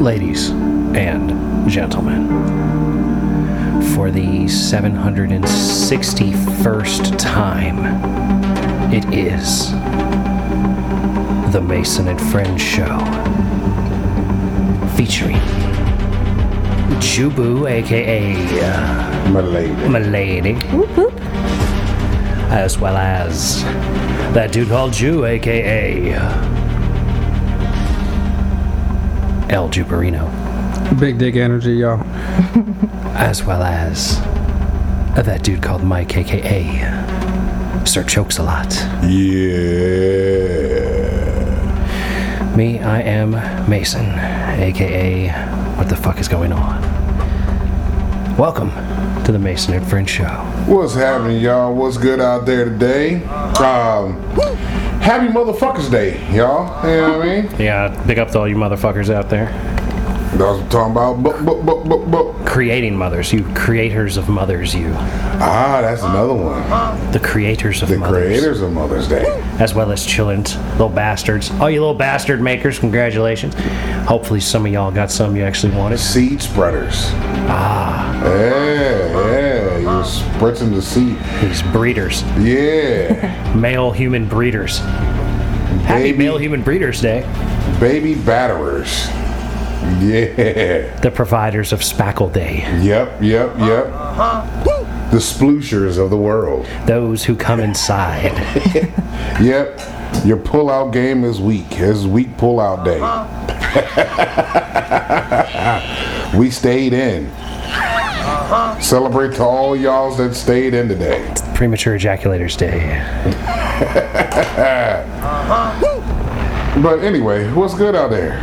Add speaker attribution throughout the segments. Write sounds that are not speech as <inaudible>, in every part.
Speaker 1: ladies and gentlemen, for the 761st time, it is the Mason and Friends Show featuring Jubu, aka uh,
Speaker 2: My lady.
Speaker 1: Milady. As well as that dude called Jew, aka El Juperino.
Speaker 3: Big dick energy, y'all.
Speaker 1: As well as that dude called Mike, aka Sir Chokes a lot.
Speaker 2: Yeah.
Speaker 1: Me, I am Mason, aka What the fuck is going on? Welcome to the Mason and Friends Show.
Speaker 2: What's happening, y'all? What's good out there today? Um, happy Motherfuckers Day, y'all. You know what I mean?
Speaker 1: Yeah, big up to all you motherfuckers out there.
Speaker 2: That's what I'm talking about. But, but, but, but, but.
Speaker 1: Creating mothers, you creators of mothers, you.
Speaker 2: Ah, that's another one.
Speaker 1: the creators of
Speaker 2: The
Speaker 1: mothers,
Speaker 2: creators of Mother's Day.
Speaker 1: as well as children's little bastards. All you little bastard makers, congratulations! Hopefully, some of y'all got some you actually wanted.
Speaker 2: Seed spreaders. Ah. Yeah, yeah. You're spreading the seed.
Speaker 1: These breeders,
Speaker 2: Yeah.
Speaker 1: male human breeders. Happy
Speaker 2: Baby.
Speaker 1: Male Human Breeders Day!
Speaker 2: Baby batterers. Yeah.
Speaker 1: The providers of Spackle Day,
Speaker 2: Yep, yep, yep. The splooshers of the world.
Speaker 1: those who come inside. <laughs>
Speaker 2: Yep. Your pullout game is weak. It's weak pullout day. <laughs> we stayed in. Celebrate to all y'all that stayed in today.
Speaker 1: Premature Ejaculators Day.
Speaker 2: But anyway, what's good out there?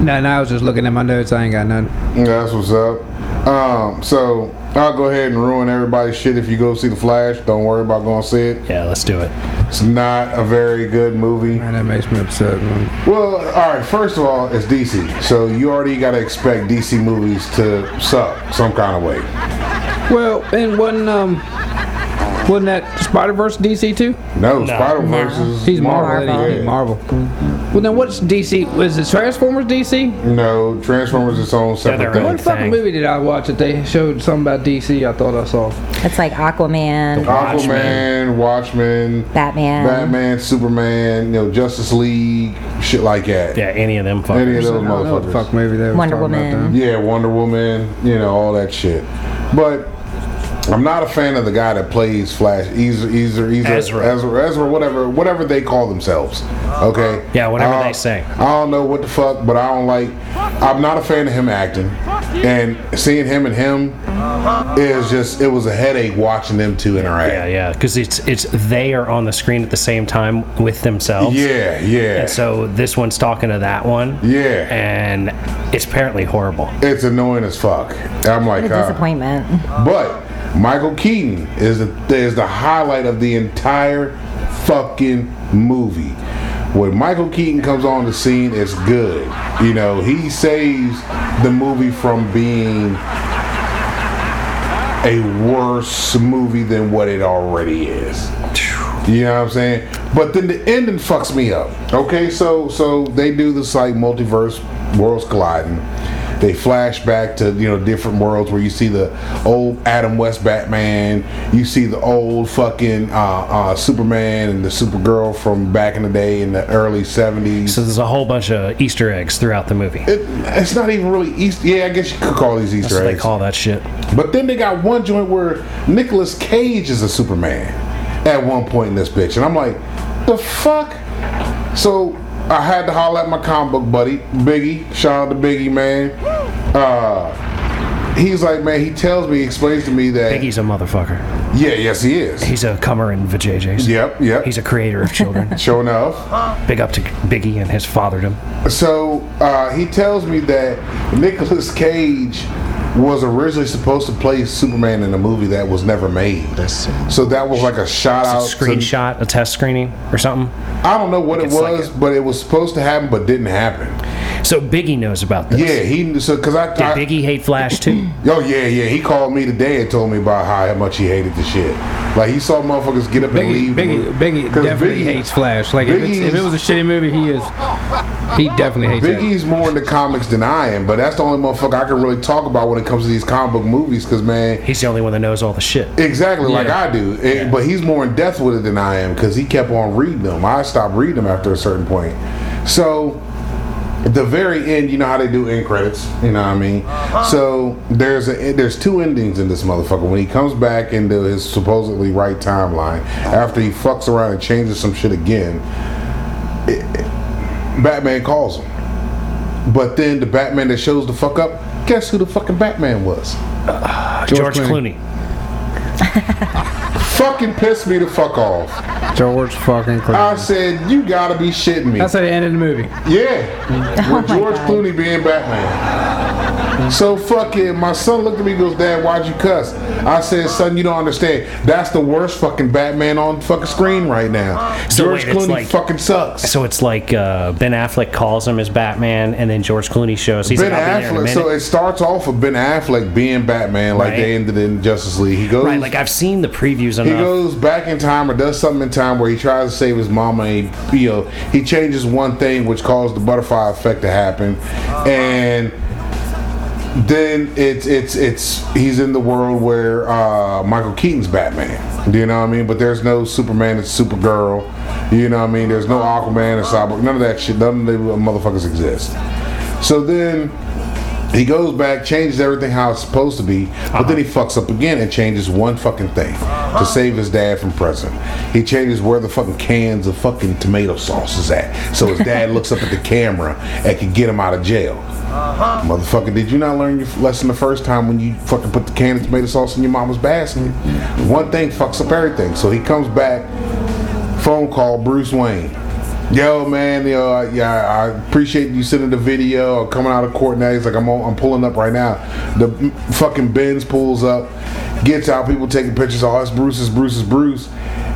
Speaker 3: No, no, I was just looking at my notes. I ain't got none.
Speaker 2: That's what's up. Um, so I'll go ahead and ruin everybody's shit if you go see the Flash. Don't worry about going to see it.
Speaker 1: Yeah, let's do it.
Speaker 2: It's not a very good movie.
Speaker 3: Man, that makes me upset. Man.
Speaker 2: Well, all right. First of all, it's DC, so you already got to expect DC movies to suck some kind of way.
Speaker 3: Well, and wasn't um, wasn't that Spider Verse DC too?
Speaker 2: No, Spider Verse is
Speaker 3: He's Marvel.
Speaker 2: Marvel.
Speaker 3: Marvel.
Speaker 2: yeah.
Speaker 3: Marvel.
Speaker 4: Mm-hmm.
Speaker 3: Well, then what's DC? Was it Transformers DC?
Speaker 2: No, Transformers is its own
Speaker 1: they're
Speaker 2: separate
Speaker 1: own.
Speaker 2: thing.
Speaker 3: What fucking
Speaker 1: Thanks.
Speaker 3: movie did I watch that they showed something about DC? I thought I saw.
Speaker 4: It's like Aquaman,
Speaker 2: Aquaman, Watchmen,
Speaker 4: Batman.
Speaker 2: Batman, Superman, you know, Justice League, shit like that.
Speaker 1: Yeah, any of them
Speaker 2: Any
Speaker 1: fuckers.
Speaker 2: of those
Speaker 3: I don't know what the
Speaker 2: motherfuckers.
Speaker 3: fuck movie they were
Speaker 4: Wonder
Speaker 3: talking about
Speaker 4: Woman.
Speaker 3: then.
Speaker 2: Yeah, Wonder Woman, you know, all that shit. But I'm not a fan of the guy that plays Flash, Ezra, Ezra, Ezra,
Speaker 1: Ezra.
Speaker 2: Ezra, Ezra, whatever, whatever they call themselves. Okay.
Speaker 1: Yeah, whatever
Speaker 2: I-
Speaker 1: they say.
Speaker 2: I don't know what the fuck, but I don't like. I'm not a fan of him acting, and seeing him and him is just it was a headache watching them two
Speaker 1: Yeah,
Speaker 2: interact.
Speaker 1: yeah, because it's it's they are on the screen at the same time with themselves.
Speaker 2: Yeah, yeah,
Speaker 1: And so this one's talking to that one.
Speaker 2: Yeah.
Speaker 1: And it's apparently horrible.
Speaker 2: it's annoying as fuck. I'm like,
Speaker 4: What a
Speaker 2: uh,
Speaker 4: disappointment.
Speaker 2: But Michael Keaton is the is the highlight of the entire fucking movie. When Michael Keaton comes on the scene, it's good. You know, he saves the movie from being a worse movie than what it already is. You know what I'm saying? But then the ending fucks me up. Okay, so so they do this like multiverse worlds colliding. They flash back to you know different worlds where you see the old Adam West Batman, you see the old fucking uh, uh, Superman and the Supergirl from back in the day in the early '70s.
Speaker 1: So there's a whole bunch of Easter eggs throughout the movie.
Speaker 2: It, it's not even really Easter. Yeah, I guess you could call these Easter
Speaker 1: That's what they
Speaker 2: eggs.
Speaker 1: call that shit.
Speaker 2: But then they got one joint where Nicolas Cage is a Superman at one point in this bitch. And I'm like, the fuck? So I had to holler at my comic book buddy, Biggie. Shout out to Biggie, man. Uh, he's like, man, he tells me, he explains to me that.
Speaker 1: Biggie's a motherfucker.
Speaker 2: Yeah, yes, he is.
Speaker 1: He's a comer in VJJ's.
Speaker 2: yep, yep.
Speaker 1: He's a creator of
Speaker 2: <laughs>
Speaker 1: children.
Speaker 2: sure enough.
Speaker 1: Big up to Biggie and his fatherdom.
Speaker 2: So uh, he tells me that Nicolas Cage was originally supposed to play Superman in a movie that was never made. So that was like a shout
Speaker 1: A
Speaker 3: Oh,
Speaker 2: out. to-
Speaker 1: screenshot, a test screening, or something.
Speaker 2: I don't know what it
Speaker 1: It's like
Speaker 2: was, but it was supposed to happen, but didn't happen.
Speaker 1: So Biggie knows about this.
Speaker 2: Yeah, he so because I,
Speaker 1: Did
Speaker 2: I
Speaker 1: Biggie hate Flash too?
Speaker 2: <clears throat> Yo, yeah, yeah. He called me today and told me about how much he hated the shit. Like he saw motherfuckers get up and
Speaker 3: Biggie,
Speaker 2: leave.
Speaker 3: Biggie, Biggie
Speaker 2: 'Cause
Speaker 3: definitely
Speaker 2: Biggie-
Speaker 3: hates Flash. Like if, it's, if it
Speaker 2: Biggie's-
Speaker 3: was a shitty movie, he is. He definitely hates it.
Speaker 2: Biggie's more into comics than I am, but that's the only motherfucker I can really talk about when it comes to these comic book movies. Because man,
Speaker 1: He's the only one that knows all the shit.
Speaker 2: exactly like
Speaker 3: Yeah.
Speaker 2: I do, And- but he's more in depth with it than I am because he kept on reading them. I stopped reading them after a certain point. So at the very end, you know how they do end credits. You know what I mean?
Speaker 3: Uh-huh.
Speaker 2: So there's a there's two endings in this motherfucker. When he comes back into his supposedly right timeline after he fucks around and changes some shit again, it- Batman calls him. But then the Batman that shows the fuck up, guess who the fucking Batman was?
Speaker 1: George,
Speaker 3: Clooney.
Speaker 1: Clooney.
Speaker 2: Fucking pissed me the fuck off.
Speaker 3: George fucking
Speaker 2: I
Speaker 3: Clooney.
Speaker 2: said, you gotta be shitting me.
Speaker 3: That's how they ended the movie.
Speaker 1: <laughs>
Speaker 2: Yeah.
Speaker 1: Oh
Speaker 2: With George
Speaker 4: God.
Speaker 2: Clooney being Batman. So fucking my son looked at me and goes, Dad, why'd you cuss? I said, son, you don't understand. That's the worst fucking Batman on fucking screen right now.
Speaker 1: So
Speaker 2: George
Speaker 1: wait, it's
Speaker 2: Clooney
Speaker 1: like-
Speaker 2: fucking sucks.
Speaker 1: So it's like uh, Ben Affleck calls him as Batman, and then George Clooney shows. He's
Speaker 2: Ben
Speaker 1: like, I'll be there in a
Speaker 2: Affleck. So
Speaker 1: minute."
Speaker 2: it starts off with Ben Affleck being Batman like
Speaker 1: Right.
Speaker 2: they ended in Justice League. He goes
Speaker 1: right, like I've seen the previews enough.
Speaker 2: He goes back in time or does something in time where he tries to save his mama. And he, you know, he changes one thing, which caused the butterfly effect to happen, and then it's it's it's he's in the world where uh, Michael Keaton's Batman. Do you know what I mean? But there's no Superman and Supergirl. You know what I mean? There's no Aquaman and Cyborg. None of that shit. None of the motherfuckers exist. So then he goes back, changes everything how it's supposed to be, but then he fucks up again and changes one fucking thing to save his dad from prison. He changes where the fucking cans of fucking tomato sauce is at, so his dad looks up at the camera and can get him out of jail. Motherfucker, did you not learn your lesson the first time when you fucking put the can of tomato sauce in your mama's basket? One thing fucks up everything. So he comes back, phone call Bruce Wayne. Yo, man, yo, I- yeah, I appreciate you sending the video. I'm coming out of court now. He's like, I'm, on, I'm pulling up right now. The m- fucking Benz pulls up, gets out. People taking pictures. Oh, it's Bruce, it's Bruce, it's Bruce.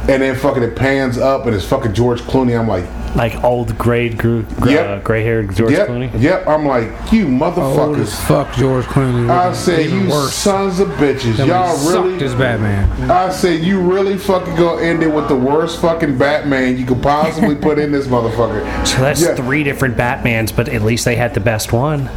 Speaker 2: And then fucking it pans up and it's fucking George Clooney. I'm like,
Speaker 1: like old gray, gr- gr-
Speaker 2: Yep.
Speaker 1: uh, gray-haired George
Speaker 2: yep,
Speaker 1: Clooney.
Speaker 2: yep. I'm like, you
Speaker 3: Old as
Speaker 2: motherfuckers.
Speaker 3: fuck, George Clooney.
Speaker 2: I said, you sons of bitches. Y'all really.
Speaker 3: sucked as Batman.
Speaker 2: I said, you really fucking gonna end it with the worst fucking Batman you could possibly put in this motherfucker.
Speaker 1: So that's
Speaker 2: Yeah.
Speaker 1: three different Batmans, but at least they had the best one.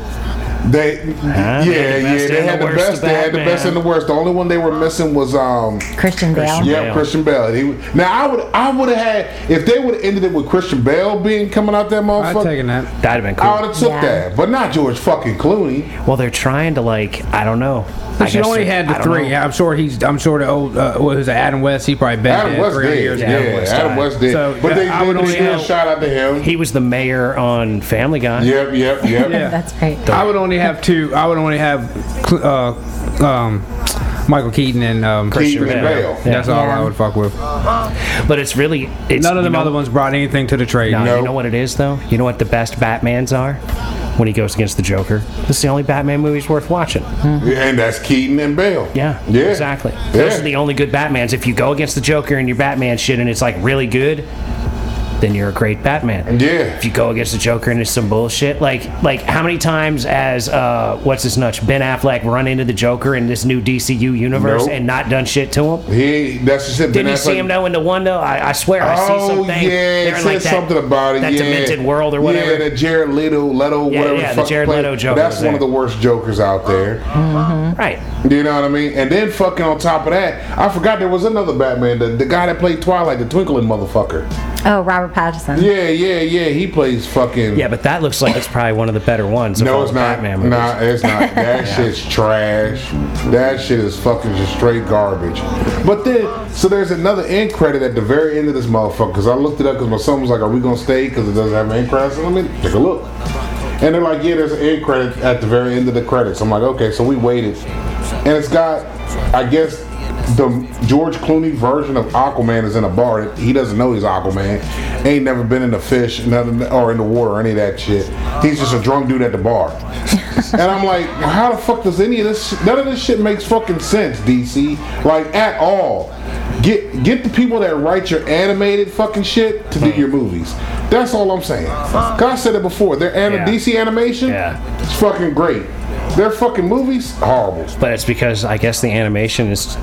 Speaker 2: They, yeah,
Speaker 1: they had the
Speaker 2: yeah,
Speaker 1: best
Speaker 2: they
Speaker 1: and
Speaker 2: had
Speaker 1: the
Speaker 2: the
Speaker 1: worst
Speaker 2: best.
Speaker 1: of
Speaker 2: They had the best
Speaker 1: Batman.
Speaker 2: and the worst. The only one they were missing was um,
Speaker 4: Christian Bale.
Speaker 1: Christian-
Speaker 2: yeah,
Speaker 1: Bale.
Speaker 2: Christian Bale. He, now I would, I would have had if they would have ended it with Christian Bale being coming out that
Speaker 3: I'd
Speaker 2: motherfucker.
Speaker 3: taken that.
Speaker 1: That'd have been
Speaker 2: I would
Speaker 1: cool.
Speaker 2: have took
Speaker 4: Yeah.
Speaker 2: that, but not George fucking Clooney.
Speaker 1: Well, they're trying to like, I don't know. I
Speaker 3: But you
Speaker 1: guess
Speaker 3: only
Speaker 1: they're-
Speaker 3: had
Speaker 1: I
Speaker 3: the
Speaker 1: don't
Speaker 3: three.
Speaker 1: know.
Speaker 3: I'm sure he's. I'm sure the old. Uh, what was it, Adam West? He probably been
Speaker 2: Adam
Speaker 3: dead
Speaker 2: West
Speaker 3: 300
Speaker 2: did,
Speaker 3: years.
Speaker 2: yeah,
Speaker 3: ago.
Speaker 1: Adam West
Speaker 2: Adam
Speaker 1: died.
Speaker 2: West did.
Speaker 3: So,
Speaker 2: but they,
Speaker 3: I would
Speaker 2: they
Speaker 3: only
Speaker 2: still
Speaker 3: have-
Speaker 2: shot out to him.
Speaker 1: He was the mayor on Family Guy.
Speaker 2: yep, yep, yep.
Speaker 3: <laughs> Yeah.
Speaker 4: That's great.
Speaker 3: I would only have two. I would only have Cl- uh, um, Michael Keaton and um,
Speaker 2: Christian
Speaker 3: Christian
Speaker 2: Bale.
Speaker 3: Bale. That's all I would fuck with.
Speaker 1: But it's really it's,
Speaker 3: None
Speaker 1: you
Speaker 3: of them
Speaker 1: know-
Speaker 3: other ones brought anything to the trade.
Speaker 1: No,
Speaker 2: No.
Speaker 1: you know what it is though. You know what the best Batmans are when he goes against the Joker. This is the only Batman movie's worth watching.
Speaker 2: And that's Keaton and Bale.
Speaker 1: Yeah,
Speaker 2: Hmm. yeah,
Speaker 1: exactly. Those
Speaker 2: Yeah.
Speaker 1: are the only good Batmans. If you go against the Joker and your Batman shit and it's like really good, then you're a great Batman.
Speaker 2: Yeah.
Speaker 1: If you go against the Joker and it's some bullshit, like like how many times has uh what's his nuts Ben Affleck run into the Joker in this new DCU universe
Speaker 2: Nope.
Speaker 1: and not done shit to him?
Speaker 2: He that's just it.
Speaker 1: Didn't
Speaker 2: Ben
Speaker 1: you see
Speaker 2: Affleck-
Speaker 1: him though in the one though? I, I swear I see
Speaker 2: Oh
Speaker 1: something.
Speaker 2: yeah,
Speaker 1: They're
Speaker 2: it
Speaker 1: in,
Speaker 2: said
Speaker 1: like, that-
Speaker 2: something about it.
Speaker 1: That
Speaker 2: yeah.
Speaker 1: demented world or whatever.
Speaker 2: Yeah, the Jared Leto, Leto,
Speaker 1: Yeah,
Speaker 2: whatever.
Speaker 1: yeah, the
Speaker 2: fuck
Speaker 1: Jared
Speaker 2: play-
Speaker 1: Leto
Speaker 2: but
Speaker 1: Joker
Speaker 2: That's
Speaker 1: was
Speaker 2: one of the
Speaker 1: there.
Speaker 2: worst jokers out there.
Speaker 1: Right.
Speaker 2: You know what I mean? And then fucking on top of that, I forgot there was another Batman, the, the guy that played Twilight, the twinkling motherfucker.
Speaker 4: Oh, Robert Pattinson.
Speaker 2: Yeah, yeah, yeah. He plays fucking.
Speaker 1: Yeah, but that looks like it's probably one of the better ones. of
Speaker 2: No,
Speaker 1: all
Speaker 2: it's
Speaker 1: the
Speaker 2: not.
Speaker 1: Batman movies.
Speaker 2: Nah, it's not. That shit's trash. That shit is fucking just straight garbage. But then, so there's another end credit at the very end of this motherfucker. Because I looked it up because my son was like, "Are we gonna stay?" Because it doesn't have an end credit. I said, Let me take a look. And they're like, "Yeah, there's an end credit at the very end of the credits." I'm like, "Okay, so we waited." And it's got, I guess. The George Clooney version of Aquaman is in a bar. that He doesn't know he's Aquaman. Ain't never been in the fish, nothing, or in the water, or any of that shit. He's just a drunk dude at the bar. And I'm like, how the fuck does any of this? Sh- none of this shit makes fucking sense, DC. Like at
Speaker 1: Hmm.
Speaker 2: all. Get get the people that write your animated fucking shit to do your movies. That's all I'm saying. Cause I said it before. Their anim-
Speaker 1: Uh-huh. Yeah.
Speaker 2: DC animation,
Speaker 1: Yeah.
Speaker 2: it's fucking great. Their fucking movies, horrible.
Speaker 1: But it's because I guess the animation is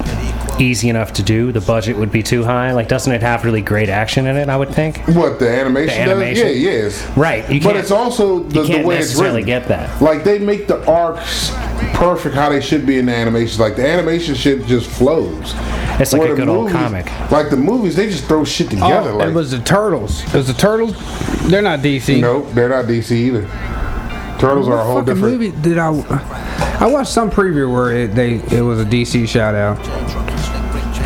Speaker 1: easy enough to do. The budget would be too high. Like, doesn't it have really great action in it? I would think.
Speaker 2: What the animation,
Speaker 1: The animation?
Speaker 2: does? Yeah, yes.
Speaker 1: Right, you
Speaker 2: but
Speaker 1: can't-
Speaker 2: it's also the,
Speaker 1: You can't
Speaker 2: the way it's
Speaker 1: necessarily
Speaker 2: written.
Speaker 1: get that.
Speaker 2: Like they make the arcs perfect how they should be in the animations. Like the animation shit just flows.
Speaker 1: It's like
Speaker 2: Where
Speaker 1: a
Speaker 2: the
Speaker 1: good old
Speaker 2: movies-
Speaker 1: comic.
Speaker 2: Like the movies, they just throw shit
Speaker 3: Oh,
Speaker 2: together. like
Speaker 3: it was the Turtles. It was the Turtles. They're not DC.
Speaker 2: nope, they're not DC either. Turtles are a whole
Speaker 3: What fucking
Speaker 2: different.
Speaker 3: movie did I? I watched some preview where it, they it was a DC shout out.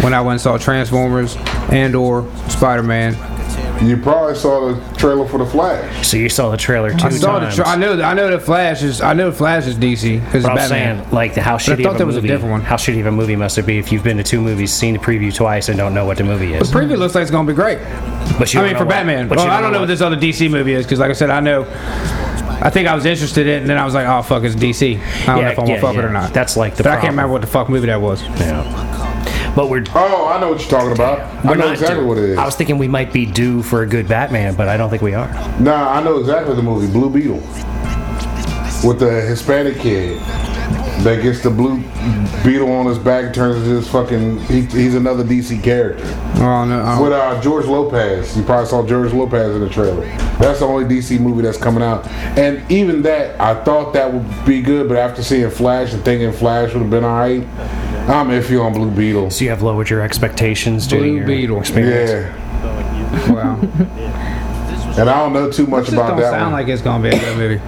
Speaker 3: When I went and saw Transformers and or Spider Man.
Speaker 2: You probably saw the trailer for the Flash.
Speaker 1: So you saw the trailer two
Speaker 3: I saw the.
Speaker 1: times.
Speaker 3: Tra- I know. I know the Flash is. I know Flash is DC because
Speaker 1: But I'm
Speaker 3: Batman.
Speaker 1: saying, like, the how
Speaker 3: I
Speaker 1: shitty
Speaker 3: thought
Speaker 1: of a
Speaker 3: there was a
Speaker 1: movie.
Speaker 3: different one.
Speaker 1: How shitty of a movie must it be if you've been to two movies, seen the preview twice, and don't know what the movie is?
Speaker 3: Preview looks like it's gonna be great.
Speaker 1: But you don't
Speaker 3: I mean,
Speaker 1: know
Speaker 3: for
Speaker 1: what-
Speaker 3: Batman.
Speaker 1: but
Speaker 3: Well,
Speaker 1: you
Speaker 3: I don't know
Speaker 1: what-
Speaker 3: what this other DC movie is because, like I said, I know. I think I was interested in, it, and then I was like, "Oh fuck, it's DC." I don't know
Speaker 1: Yeah,
Speaker 3: if I'm gonna
Speaker 1: yeah,
Speaker 3: fuck it
Speaker 1: yeah.
Speaker 3: or not.
Speaker 1: That's like the
Speaker 3: But I can't
Speaker 1: problem.
Speaker 3: remember what the fuck movie that was.
Speaker 1: Yeah. But we're
Speaker 2: Oh, I know what you're talking about.
Speaker 1: we're
Speaker 2: I know
Speaker 1: not
Speaker 2: exactly
Speaker 1: due.
Speaker 2: what it is.
Speaker 1: I was thinking we might be due for a good Batman, but I don't think we are.
Speaker 2: Nah, I know exactly the movie Blue Beetle with the Hispanic kid that gets the blue beetle on his back, turns into this fucking. He, he's another DC character
Speaker 3: Oh no, I
Speaker 2: with uh, George Lopez. You probably saw George Lopez in the trailer. That's the only DC movie that's coming out, and even that, I thought that would be good, but after seeing Flash and thinking Flash would have been alright, I'm iffy on Blue Beetle.
Speaker 1: So you have lowered your expectations due to
Speaker 3: Blue
Speaker 1: your
Speaker 3: Beetle.
Speaker 1: experience.
Speaker 2: Yeah,
Speaker 3: don't- wow.
Speaker 2: and I don't know too much
Speaker 3: This
Speaker 2: about
Speaker 3: don't
Speaker 2: that
Speaker 3: sound
Speaker 2: one.
Speaker 3: like it's gonna be a good movie.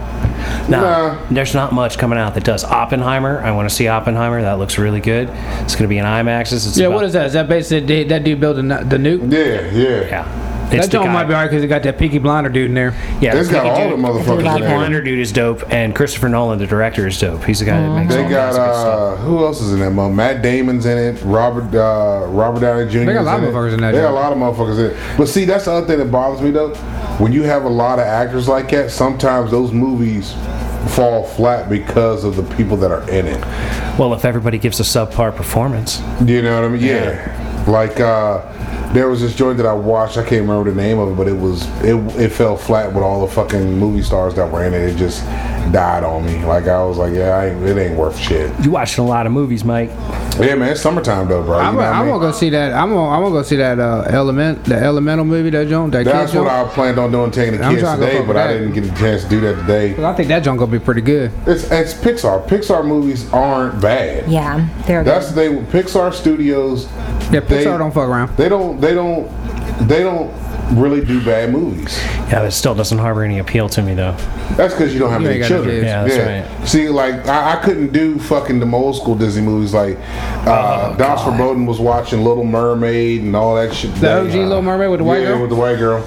Speaker 1: No,
Speaker 2: Nah.
Speaker 1: there's not much coming out that does. Oppenheimer, I want to see Oppenheimer. That looks really good. It's going to be an IMAX. It's
Speaker 3: yeah,
Speaker 1: about-
Speaker 3: what is that? Is that basically that dude building the the nuke?
Speaker 2: yeah, yeah.
Speaker 1: Yeah, it's
Speaker 3: That
Speaker 1: the
Speaker 3: joint
Speaker 1: guy.
Speaker 3: might be alright because it got that Peaky Blinder dude in there.
Speaker 1: yeah,
Speaker 2: It's got
Speaker 1: Peaky
Speaker 2: all the
Speaker 1: dude-
Speaker 2: motherfuckers.
Speaker 1: Peaky
Speaker 2: in there.
Speaker 1: Blinder dude is dope, and Christopher Nolan, the director, is dope. He's the guy
Speaker 3: Oh,
Speaker 1: that makes
Speaker 2: They
Speaker 1: all
Speaker 2: got
Speaker 1: that good stuff.
Speaker 2: uh, who else is in that? Mo? Matt Damon's in it. Robert uh, Robert Downey Jr.
Speaker 3: got a
Speaker 2: is
Speaker 3: lot of
Speaker 2: it.
Speaker 3: motherfuckers in that
Speaker 2: They got
Speaker 3: joint.
Speaker 2: a lot of motherfuckers in it. But see, that's the other thing that bothers me though. When you have a lot of actors like that, sometimes those movies fall flat because of the people that are in it.
Speaker 1: Well, if everybody gives a subpar performance,
Speaker 2: You know what I mean? Yeah. Like uh, there was this joint that I watched. I can't remember the name of it, but it was it it fell flat with all the fucking movie stars that were in it. It just died on me. Like I was like, yeah, I ain't, it ain't worth shit.
Speaker 1: you watching a lot of movies, Mike.
Speaker 2: Yeah, man, it's summertime though, bro. You
Speaker 3: I'm
Speaker 2: know
Speaker 3: gonna
Speaker 2: what I
Speaker 3: I'm
Speaker 2: mean?
Speaker 3: gonna go see that. I'm gonna I'm gonna go see that uh, element the elemental movie that joint that
Speaker 2: That's
Speaker 3: kid
Speaker 2: what
Speaker 3: joint.
Speaker 2: I planned on doing, taking the
Speaker 3: I'm
Speaker 2: kids
Speaker 3: trying to go
Speaker 2: today,
Speaker 3: fuck
Speaker 2: but
Speaker 3: with
Speaker 2: I
Speaker 3: that.
Speaker 2: didn't get a chance to do that today.
Speaker 3: I think that joint gonna be pretty good.
Speaker 2: It's, it's Pixar. Pixar movies aren't bad.
Speaker 4: Yeah, they're
Speaker 2: That's
Speaker 4: good.
Speaker 2: the thing. with Pixar studios.
Speaker 3: Yeah, Pixar
Speaker 2: they-
Speaker 3: don't fuck around.
Speaker 2: They don't. They don't. They don't really do bad movies.
Speaker 1: Yeah, it still doesn't harbor any appeal to me though.
Speaker 2: That's because you don't have
Speaker 3: You
Speaker 2: any
Speaker 3: ain't got no
Speaker 2: children.
Speaker 3: kids.
Speaker 1: Yeah, that's right.
Speaker 2: See, like I, I couldn't do fucking the old school Disney movies. Like
Speaker 1: Oh,
Speaker 2: uh, Don Verboten was watching Little Mermaid and all that shit.
Speaker 3: The OG Little Mermaid with the white
Speaker 2: yeah,
Speaker 3: girl?
Speaker 2: with the white girl.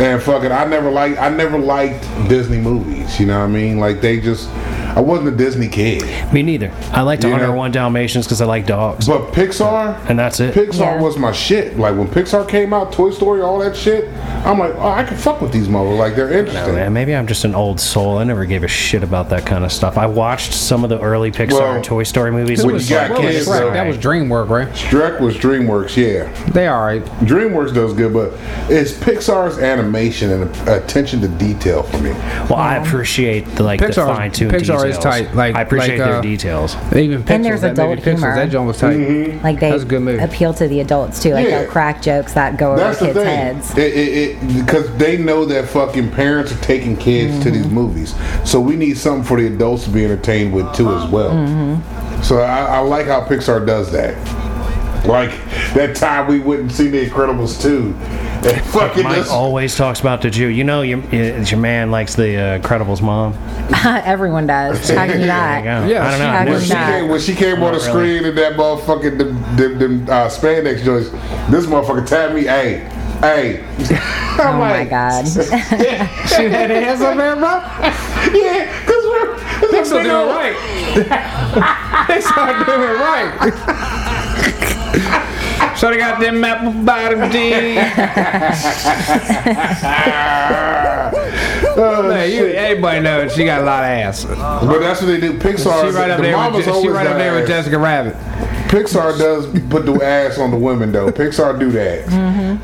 Speaker 2: And fucking, I never liked I never liked Disney movies. You know what I mean? Like they just, I wasn't a Disney kid.
Speaker 1: Me neither. I like to
Speaker 2: You
Speaker 1: honor
Speaker 2: know-
Speaker 1: one Dalmatians because I like dogs,
Speaker 2: But Pixar,
Speaker 1: and that's it.
Speaker 2: Pixar
Speaker 4: Yeah.
Speaker 2: was my shit. Like when Pixar came out, Toy Story, all that shit. I'm like, oh, I can fuck with these movies. Like they're interesting.
Speaker 1: Man, maybe I'm just an old soul. I never gave a shit about that kind of stuff. I watched some of the early Pixar
Speaker 2: Well,
Speaker 1: and Toy Story movies.
Speaker 2: when
Speaker 1: and was
Speaker 2: you got
Speaker 1: like,
Speaker 3: What was
Speaker 2: kids,
Speaker 1: "Yeah,
Speaker 3: Shrek?
Speaker 2: though.
Speaker 1: right."
Speaker 3: That was DreamWorks, right?
Speaker 2: Shrek was DreamWorks, yeah.
Speaker 3: They all right.
Speaker 2: DreamWorks does good, but it's Pixar's animation and attention to detail for me.
Speaker 1: well, I appreciate the like the
Speaker 3: Pixar-
Speaker 1: fine tuned
Speaker 3: Pixar is
Speaker 1: details.
Speaker 3: tight, like-
Speaker 1: I appreciate
Speaker 3: like,
Speaker 1: their
Speaker 3: uh,
Speaker 1: details.
Speaker 3: Even Pixels,
Speaker 4: And there's
Speaker 3: that movie
Speaker 4: adult
Speaker 3: Pixels,
Speaker 4: humor.
Speaker 3: that joint was tight.
Speaker 2: Mm-hmm.
Speaker 4: Like they
Speaker 3: That's a good movie.
Speaker 4: appeal to the adults too. Like
Speaker 2: Yeah.
Speaker 4: they'll crack jokes that go over
Speaker 2: That's the
Speaker 4: kids'
Speaker 2: thing.
Speaker 4: heads.
Speaker 2: It, it, it, because they know that fucking parents are taking kids to these movies. So we need something for the adults to be entertained with too as well. So I, I like how Pixar does that. Like that time we went and see The Incredibles 2. <laughs> And fucking
Speaker 1: Mike
Speaker 2: just,
Speaker 1: always talks about the Jew. You know, your your man likes the uh, Incredibles mom.
Speaker 4: <laughs>
Speaker 2: <laughs>
Speaker 4: Everyone does. How can
Speaker 1: There you
Speaker 4: you not?
Speaker 1: go.
Speaker 3: Yeah,
Speaker 1: I don't
Speaker 3: she-
Speaker 1: know.
Speaker 4: I
Speaker 1: I've never
Speaker 2: when
Speaker 4: was
Speaker 2: she
Speaker 1: seen
Speaker 4: not.
Speaker 1: it.
Speaker 2: came, when she came on the
Speaker 1: Not really.
Speaker 2: screen in that motherfucking them, them, them, uh, spandex joints, this motherfucker tapped me, hey, hey. I'm
Speaker 4: Oh my
Speaker 2: <laughs>
Speaker 4: god.
Speaker 3: She had her hands up there, bro.
Speaker 2: Yeah, because we're. They
Speaker 3: Pixel doing right. <laughs> they start doing right. <laughs> So they got them apple bottom <laughs> jeans. Oh, Man, you, everybody knows she got a lot of ass. She
Speaker 2: But that's what they do. Pixar.
Speaker 3: right up
Speaker 2: the
Speaker 3: there.
Speaker 2: mama's
Speaker 3: With, Je- she
Speaker 2: always
Speaker 3: right up
Speaker 2: got
Speaker 3: there with
Speaker 2: ass.
Speaker 3: Jessica Rabbit.
Speaker 2: Pixar does put the ass on the women though. Pixar do that.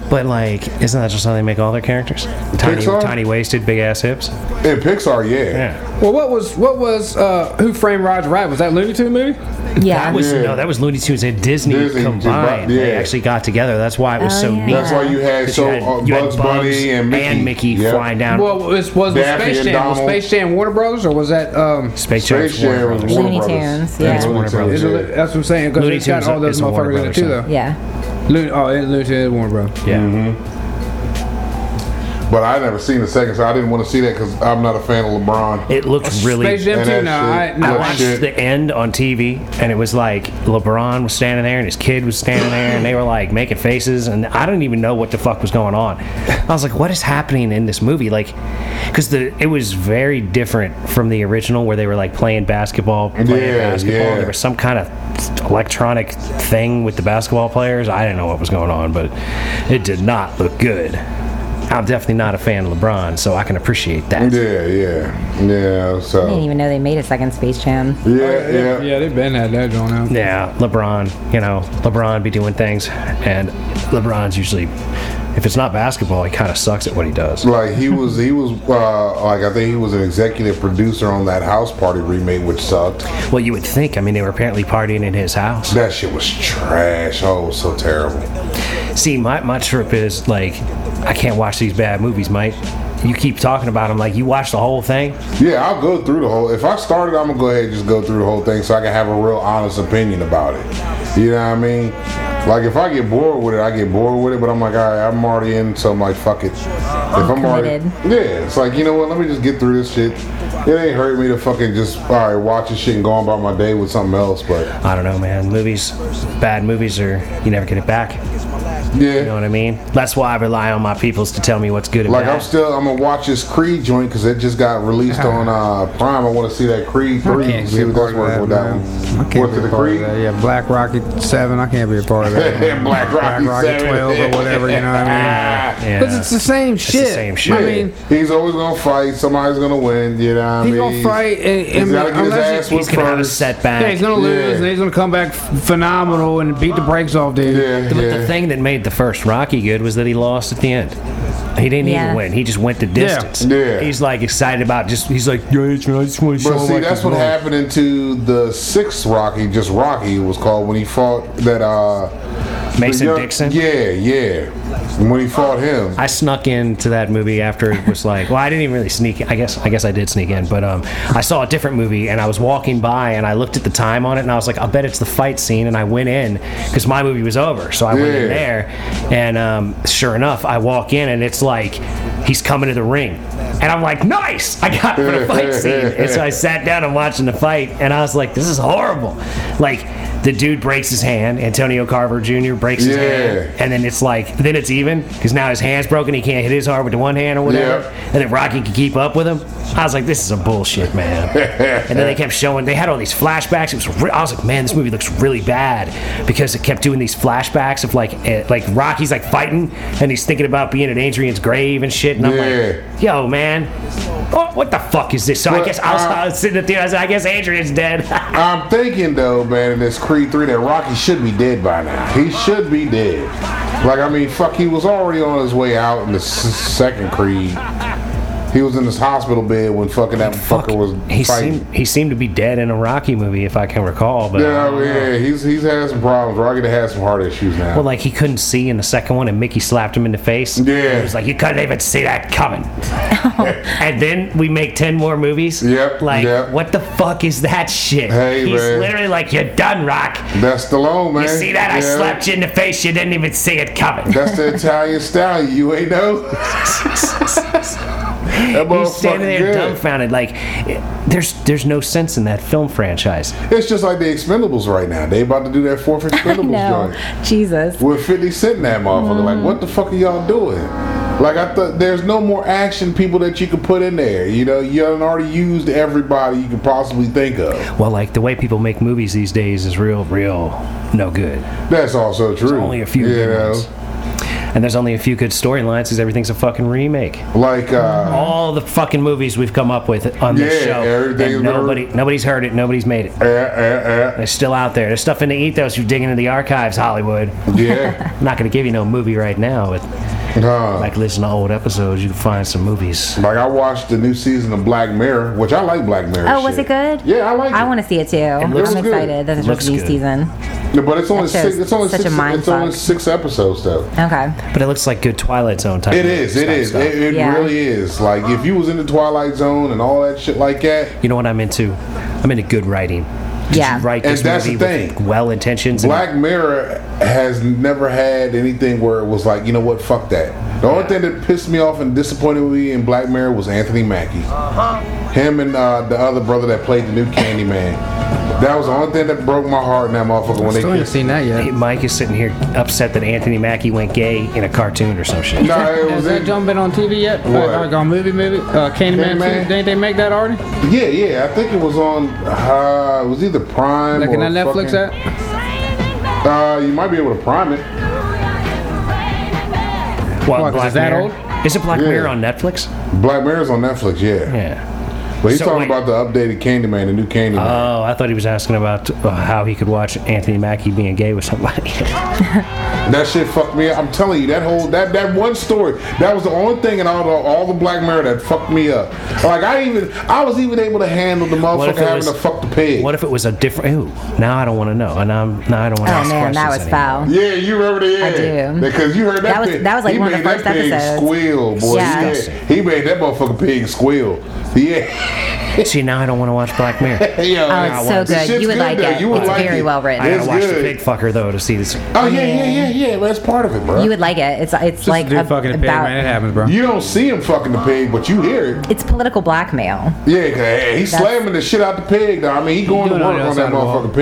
Speaker 1: But like, isn't that just how they make all their characters? Tiny,
Speaker 2: Pixar?
Speaker 1: tiny waisted, big ass hips.
Speaker 2: In Pixar, yeah.
Speaker 1: Yeah.
Speaker 3: Well, what was what was uh, Who Framed Roger Rabbit? Was that Looney Tune movie?
Speaker 4: Yeah.
Speaker 1: That was
Speaker 2: Yeah.
Speaker 1: no, that was Looney Tunes and Disney,
Speaker 2: Disney combined,
Speaker 1: combined. They
Speaker 2: yeah.
Speaker 1: actually got together. That's why it was
Speaker 4: Oh,
Speaker 1: so
Speaker 4: yeah.
Speaker 1: neat.
Speaker 2: That's why you had
Speaker 1: 'Cause
Speaker 2: so
Speaker 1: you had-
Speaker 2: uh,
Speaker 1: you had
Speaker 2: Bugs
Speaker 1: Bugs
Speaker 2: Bunny and Mickey, Yep.
Speaker 1: flying down.
Speaker 3: Well, this was with
Speaker 2: Daffy
Speaker 3: Space
Speaker 2: and
Speaker 3: Jam. Was
Speaker 2: Donald.
Speaker 3: Space Jam Warner Brothers or was that? Um,
Speaker 1: Space Jam.
Speaker 2: Space Jam was
Speaker 1: Warner Brothers.
Speaker 2: Warner
Speaker 4: Looney
Speaker 2: Brothers.
Speaker 4: Tunes, yeah.
Speaker 1: It's Warner
Speaker 3: is
Speaker 1: Brothers.
Speaker 2: yeah.
Speaker 3: it- that's what I'm saying. Because
Speaker 1: Looney
Speaker 3: it's got
Speaker 1: Tunes
Speaker 3: all those
Speaker 1: is a Warner
Speaker 3: motherfuckers in it
Speaker 1: Brothers
Speaker 3: too,
Speaker 1: thing.
Speaker 3: though.
Speaker 4: yeah.
Speaker 3: Looney, oh, and Looney Tunes and Warner Brothers.
Speaker 1: Yeah.
Speaker 2: But I never seen the second, so I didn't want to see that because I'm not a fan of LeBron.
Speaker 1: It looked
Speaker 2: Mm-hmm.
Speaker 1: really.
Speaker 3: Space Jam
Speaker 2: And
Speaker 3: too.
Speaker 2: that
Speaker 3: No,
Speaker 2: shit-
Speaker 3: I, no,
Speaker 2: that
Speaker 1: I
Speaker 3: I-
Speaker 1: watched
Speaker 2: shit.
Speaker 1: the end on TV, and it was like LeBron was standing there, and his kid was standing there, and they were like making faces, and I didn't even know what the fuck was going on. I was like, "What is happening in this movie?" Like, because the it was very different from the original, where they were like playing basketball, playing
Speaker 2: Yeah,
Speaker 1: basketball.
Speaker 2: yeah.
Speaker 1: There was some kind of electronic thing with the basketball players. I didn't know what was going on, but it did not look good. I'm definitely not a fan of LeBron, so I can appreciate that.
Speaker 2: Yeah, yeah, yeah.
Speaker 4: I didn't
Speaker 2: So
Speaker 4: even know they made a second Space Jam.
Speaker 2: yeah, yeah.
Speaker 3: yeah, they've been had that going on.
Speaker 1: Yeah, LeBron. You know, LeBron be doing things, and LeBron's usually, if it's not basketball, he kind of sucks at what he does.
Speaker 2: Like he was, he was uh, like I think he was an executive producer on that House Party remake, which sucked.
Speaker 1: Well, you would think. I mean, they were apparently partying in his house.
Speaker 2: That shit was trash. Oh, it was so terrible.
Speaker 1: See, my my trip is like, I can't watch these bad movies, Mike. You keep talking about them like you watch the whole thing.
Speaker 2: Yeah, I'll go through the whole. If I started, I'm gonna go ahead and just go through the whole thing so I can have a real honest opinion about it. You know what I mean? Like if I get bored with it, I get bored with it. But I'm like, all right, I'm already in, so I'm like, fuck it. If I'm already,
Speaker 4: Committed.
Speaker 2: yeah, it's like you know what? Let me just get through this shit. It ain't hurt me to fucking just all right watch this shit and go on about my day with something else. But
Speaker 1: I don't know, man. Movies, bad movies are you never get it back.
Speaker 2: yeah,
Speaker 1: You know what I mean? That's why I rely on my peoples to tell me what's good and
Speaker 2: Like
Speaker 1: bad.
Speaker 2: I'm still, I'm gonna watch this Creed joint because it just got released
Speaker 3: <laughs>
Speaker 2: on uh, Prime. I want to see that Creed three.
Speaker 3: can't
Speaker 2: See
Speaker 3: be
Speaker 2: what
Speaker 3: a part
Speaker 2: that's
Speaker 3: of
Speaker 2: worth
Speaker 3: that,
Speaker 2: with that
Speaker 3: man. I
Speaker 2: one.
Speaker 3: can't
Speaker 2: Worth
Speaker 3: be
Speaker 2: of
Speaker 3: a
Speaker 2: the
Speaker 3: part of
Speaker 2: Creed.
Speaker 3: that. Yeah, Black Rocket Seven. I can't be a part of that. man.
Speaker 2: <laughs> Black Rocket,
Speaker 3: Black Rocket
Speaker 2: 7.
Speaker 3: 12 or whatever, you know
Speaker 2: <laughs>
Speaker 3: what I mean?
Speaker 1: Yeah.
Speaker 3: Because it's the same
Speaker 1: the
Speaker 3: shit.
Speaker 1: same shit.
Speaker 3: I mean,
Speaker 2: he's always gonna fight. Somebody's gonna win. You know what I mean?
Speaker 3: He gonna fight and- and
Speaker 2: he's gotta get his
Speaker 3: unless he-
Speaker 2: ass
Speaker 1: He's
Speaker 2: whipped
Speaker 1: gonna have a
Speaker 2: first.
Speaker 1: setback.
Speaker 3: yeah, he's gonna
Speaker 2: Yeah.
Speaker 3: lose, and he's gonna come back f- phenomenal and beat the brakes off, dude.
Speaker 2: Yeah,
Speaker 1: But
Speaker 2: yeah.
Speaker 1: the thing that made the first Rocky good was that he lost at the end. He didn't
Speaker 4: Yeah.
Speaker 1: even win. He just went the distance.
Speaker 2: Yeah.
Speaker 1: He's like excited about just. He's like, yeah, it's- I just want to show
Speaker 2: But
Speaker 1: him
Speaker 2: see,
Speaker 1: like
Speaker 2: that's
Speaker 1: he's
Speaker 2: what
Speaker 1: wrong."
Speaker 2: happened into the sixth Rocky. Just Rocky it was called when he fought that uh the
Speaker 1: Mason
Speaker 2: young-
Speaker 1: Dixon?
Speaker 2: Yeah, yeah. When he fought him.
Speaker 1: I snuck into that movie after it was like, well, I didn't even really sneak. I guess I guess I did sneak in, but um, I saw a different movie and I was walking by and I looked at the time on it and I was like, I bet it's the fight scene. And I went in because my movie was over, so I went in
Speaker 2: Yeah.
Speaker 1: there, and um, sure enough, I walk in and it's like he's coming to the ring, and I'm like, nice, I got for the
Speaker 2: <laughs>
Speaker 1: fight scene. And so I sat down and watching the fight, and I was like, this is horrible, like. The dude breaks his hand. Antonio Carver Jr. breaks his
Speaker 2: Yeah.
Speaker 1: hand, and then it's like then it's even because now his hand's broken he can't hit his hard with the one hand or whatever
Speaker 2: Yeah.
Speaker 1: and then rocky can keep up with him i was like this is a bullshit
Speaker 2: <laughs>
Speaker 1: man and then they kept showing they had all these flashbacks it was re- i was like man this movie looks really bad because it kept doing these flashbacks of like eh, like rocky's like fighting and he's thinking about being at adrian's grave and shit and i'm like
Speaker 2: Yeah.
Speaker 1: yo man oh, what the fuck is this so i
Speaker 2: But,
Speaker 1: guess I was,
Speaker 2: uh,
Speaker 1: I was sitting up there i was like i guess adrian's dead <laughs>
Speaker 2: I'm thinking though, man, in this Creed 3 that Rocky should be dead by now. He should be dead. Like, I mean, fuck, he was already on his way out in the s- second Creed. He was in this hospital bed when fucking that
Speaker 1: Fuck,
Speaker 2: fucker was
Speaker 1: he
Speaker 2: fighting.
Speaker 1: seemed he seemed to be dead in a Rocky movie, if I can recall. But
Speaker 2: yeah, I mean, yeah, he's he's had some problems. Rocky done had some heart issues now.
Speaker 1: Well, like he couldn't see in the second one, and Mickey slapped him in the face.
Speaker 2: Yeah.
Speaker 1: he was like, "You couldn't even see that coming." and then we make ten more movies.
Speaker 2: Yep,
Speaker 1: Like,
Speaker 2: yep.
Speaker 1: what the fuck is that shit?
Speaker 2: Hey,
Speaker 1: He's
Speaker 2: man.
Speaker 1: literally like, "You're done, Rock.
Speaker 2: That's Stallone, man.
Speaker 1: You see that? I
Speaker 2: Yeah.
Speaker 1: slapped you in the face. You didn't even see it coming."
Speaker 2: That's the Italian style. You
Speaker 1: <laughs>
Speaker 2: ain't know. that
Speaker 1: He's standing
Speaker 2: motherfucker
Speaker 1: there
Speaker 2: good.
Speaker 1: dumbfounded. Like, it- there's there's no sense in that film franchise.
Speaker 2: It's just like the Expendables right now. They about to do that fourth Expendables
Speaker 4: No,
Speaker 2: joint.
Speaker 4: Jesus.
Speaker 2: with 50 Cent in that motherfucker. Like, what the fuck are y'all doing? Like, I thought there's no more action people that you could put in there. You know, you done already used everybody you could possibly think of.
Speaker 1: Well, like the way people make movies these days is real, real no good.
Speaker 2: That's also true.
Speaker 1: Only a few
Speaker 2: You
Speaker 1: good
Speaker 2: know?
Speaker 1: ones. and there's only a few good storylines because everything's a fucking remake. <laughs>
Speaker 2: Like, uh,
Speaker 1: All the fucking movies we've come up with on this
Speaker 2: Yeah,
Speaker 1: show,
Speaker 2: everything's
Speaker 1: and
Speaker 2: been a-
Speaker 1: nobody, nobody's heard it, nobody's made it.
Speaker 2: eh, eh, eh.
Speaker 1: They're still out there. There's stuff in the ethos. You're digging into the archives, Hollywood.
Speaker 2: yeah.
Speaker 1: I'm not going to give you no movie right now, but
Speaker 2: Nah.
Speaker 1: like listen to old episodes, you can find some movies.
Speaker 2: Like I watched the new season of Black Mirror, which I like Black Mirror.
Speaker 4: Oh, was
Speaker 2: shit.
Speaker 4: it good?
Speaker 2: Yeah, I like it.
Speaker 4: I want to see it too.
Speaker 2: looks
Speaker 4: I'm
Speaker 2: good.
Speaker 4: excited. That's
Speaker 1: Looks
Speaker 4: just new
Speaker 1: good.
Speaker 4: season.
Speaker 2: No, but it's only
Speaker 4: That show's
Speaker 2: six. It's only
Speaker 4: such a
Speaker 2: six.
Speaker 4: mind
Speaker 2: It's only
Speaker 4: fuck.
Speaker 2: six episodes though.
Speaker 4: Okay. Oh,
Speaker 1: But it looks like good Twilight Zone type.
Speaker 2: It is. It
Speaker 1: type
Speaker 2: is.
Speaker 1: stuff.
Speaker 2: It, it
Speaker 4: Yeah.
Speaker 2: really is. Like if you was in the Twilight Zone and all that shit like that.
Speaker 1: you know what I'm into? I'm into good writing. Did
Speaker 4: Yeah.
Speaker 1: You write
Speaker 2: And
Speaker 1: this
Speaker 2: that's the
Speaker 1: movie with
Speaker 2: thing.
Speaker 1: well intentions.
Speaker 2: Black Mirror has never had anything where it was like, you know what, fuck that. The only thing that pissed me off and disappointed me in Black Mirror was Anthony Mackie. Him and uh, the other brother that played the new Candyman. That was the only thing that broke my heart in that motherfucker when they
Speaker 3: Still haven't seen that yet.
Speaker 1: Mike is sitting here upset that Anthony Mackie went gay in a cartoon or some shit.
Speaker 2: No, it
Speaker 3: Has
Speaker 2: was
Speaker 3: that
Speaker 2: in-
Speaker 3: jump been on TV yet?
Speaker 2: What?
Speaker 3: Like, like on movie, movie? Uh, Candyman,
Speaker 2: Candyman?
Speaker 3: 2? Didn't they make that already?
Speaker 2: Yeah, yeah. I think it was on. Uh, it was either Prime.
Speaker 3: Like
Speaker 2: or
Speaker 3: in that Netflix
Speaker 2: fucking-
Speaker 3: app?
Speaker 2: Uh, you might be able to prime it.
Speaker 1: What,
Speaker 3: Why, 'cause it's that
Speaker 1: Mirror? Is it Black
Speaker 2: Yeah.
Speaker 1: Mirror on Netflix?
Speaker 2: Black Mirror's on Netflix, yeah.
Speaker 1: Yeah.
Speaker 2: But he's
Speaker 1: So
Speaker 2: talking
Speaker 1: wait.
Speaker 2: about the updated Candyman, the new Candyman.
Speaker 1: Oh, I thought he was asking about uh, how he could watch Anthony Mackie being gay with
Speaker 2: <laughs>
Speaker 1: somebody.
Speaker 2: that shit fucked me up. I'm telling you, that whole that that one story, that was the only thing in all the all the Black Mirror that fucked me up. Like I even I was even able to handle the
Speaker 1: What if
Speaker 2: motherfucker
Speaker 1: it
Speaker 2: having
Speaker 1: was-
Speaker 2: to fuck the pig.
Speaker 1: what if it was a different? Ooh, now I don't want to know, and I'm now I don't want to.
Speaker 4: Oh man, that was foul.
Speaker 2: yeah, you remember the
Speaker 4: I
Speaker 2: yeah.
Speaker 4: do.
Speaker 2: Because you heard that.
Speaker 4: That was-
Speaker 2: pig-
Speaker 4: that was like
Speaker 2: he
Speaker 4: one of
Speaker 2: made
Speaker 4: the
Speaker 2: that
Speaker 4: first
Speaker 2: pig
Speaker 4: episodes.
Speaker 2: Squeal, boy.
Speaker 4: Yeah.
Speaker 2: Yeah. He made that motherfucker pig squeal. <laughs> Yeah.
Speaker 1: See, now I don't want to watch Black
Speaker 2: <laughs>
Speaker 1: Mirror.
Speaker 2: Hey, yo,
Speaker 4: Oh,
Speaker 2: man.
Speaker 4: it's so
Speaker 2: This
Speaker 4: good.
Speaker 2: shit's
Speaker 4: You would like
Speaker 2: though.
Speaker 4: it.
Speaker 2: You would
Speaker 4: It's
Speaker 2: like
Speaker 4: very
Speaker 2: it.
Speaker 4: well written.
Speaker 1: I
Speaker 2: It's
Speaker 1: gotta watch the
Speaker 2: good.
Speaker 1: big fucker though to see this.
Speaker 2: Oh yeah, yeah, yeah, yeah. That's part of it, bro.
Speaker 4: You
Speaker 2: You,
Speaker 4: would like it. It's it's
Speaker 3: Just
Speaker 4: like
Speaker 3: a dude
Speaker 4: ab-
Speaker 3: fucking a pig,
Speaker 4: about
Speaker 3: man. It happens, bro.
Speaker 2: don't see him fucking the pig, but you hear it.
Speaker 4: it's political blackmail.
Speaker 2: Yeah, 'cause, hey, he's
Speaker 4: That's-
Speaker 2: slamming the shit out the pig. Though. I mean, he going to
Speaker 3: doing
Speaker 2: work
Speaker 3: it on the
Speaker 2: on that
Speaker 3: outside of the wall.
Speaker 2: motherfucking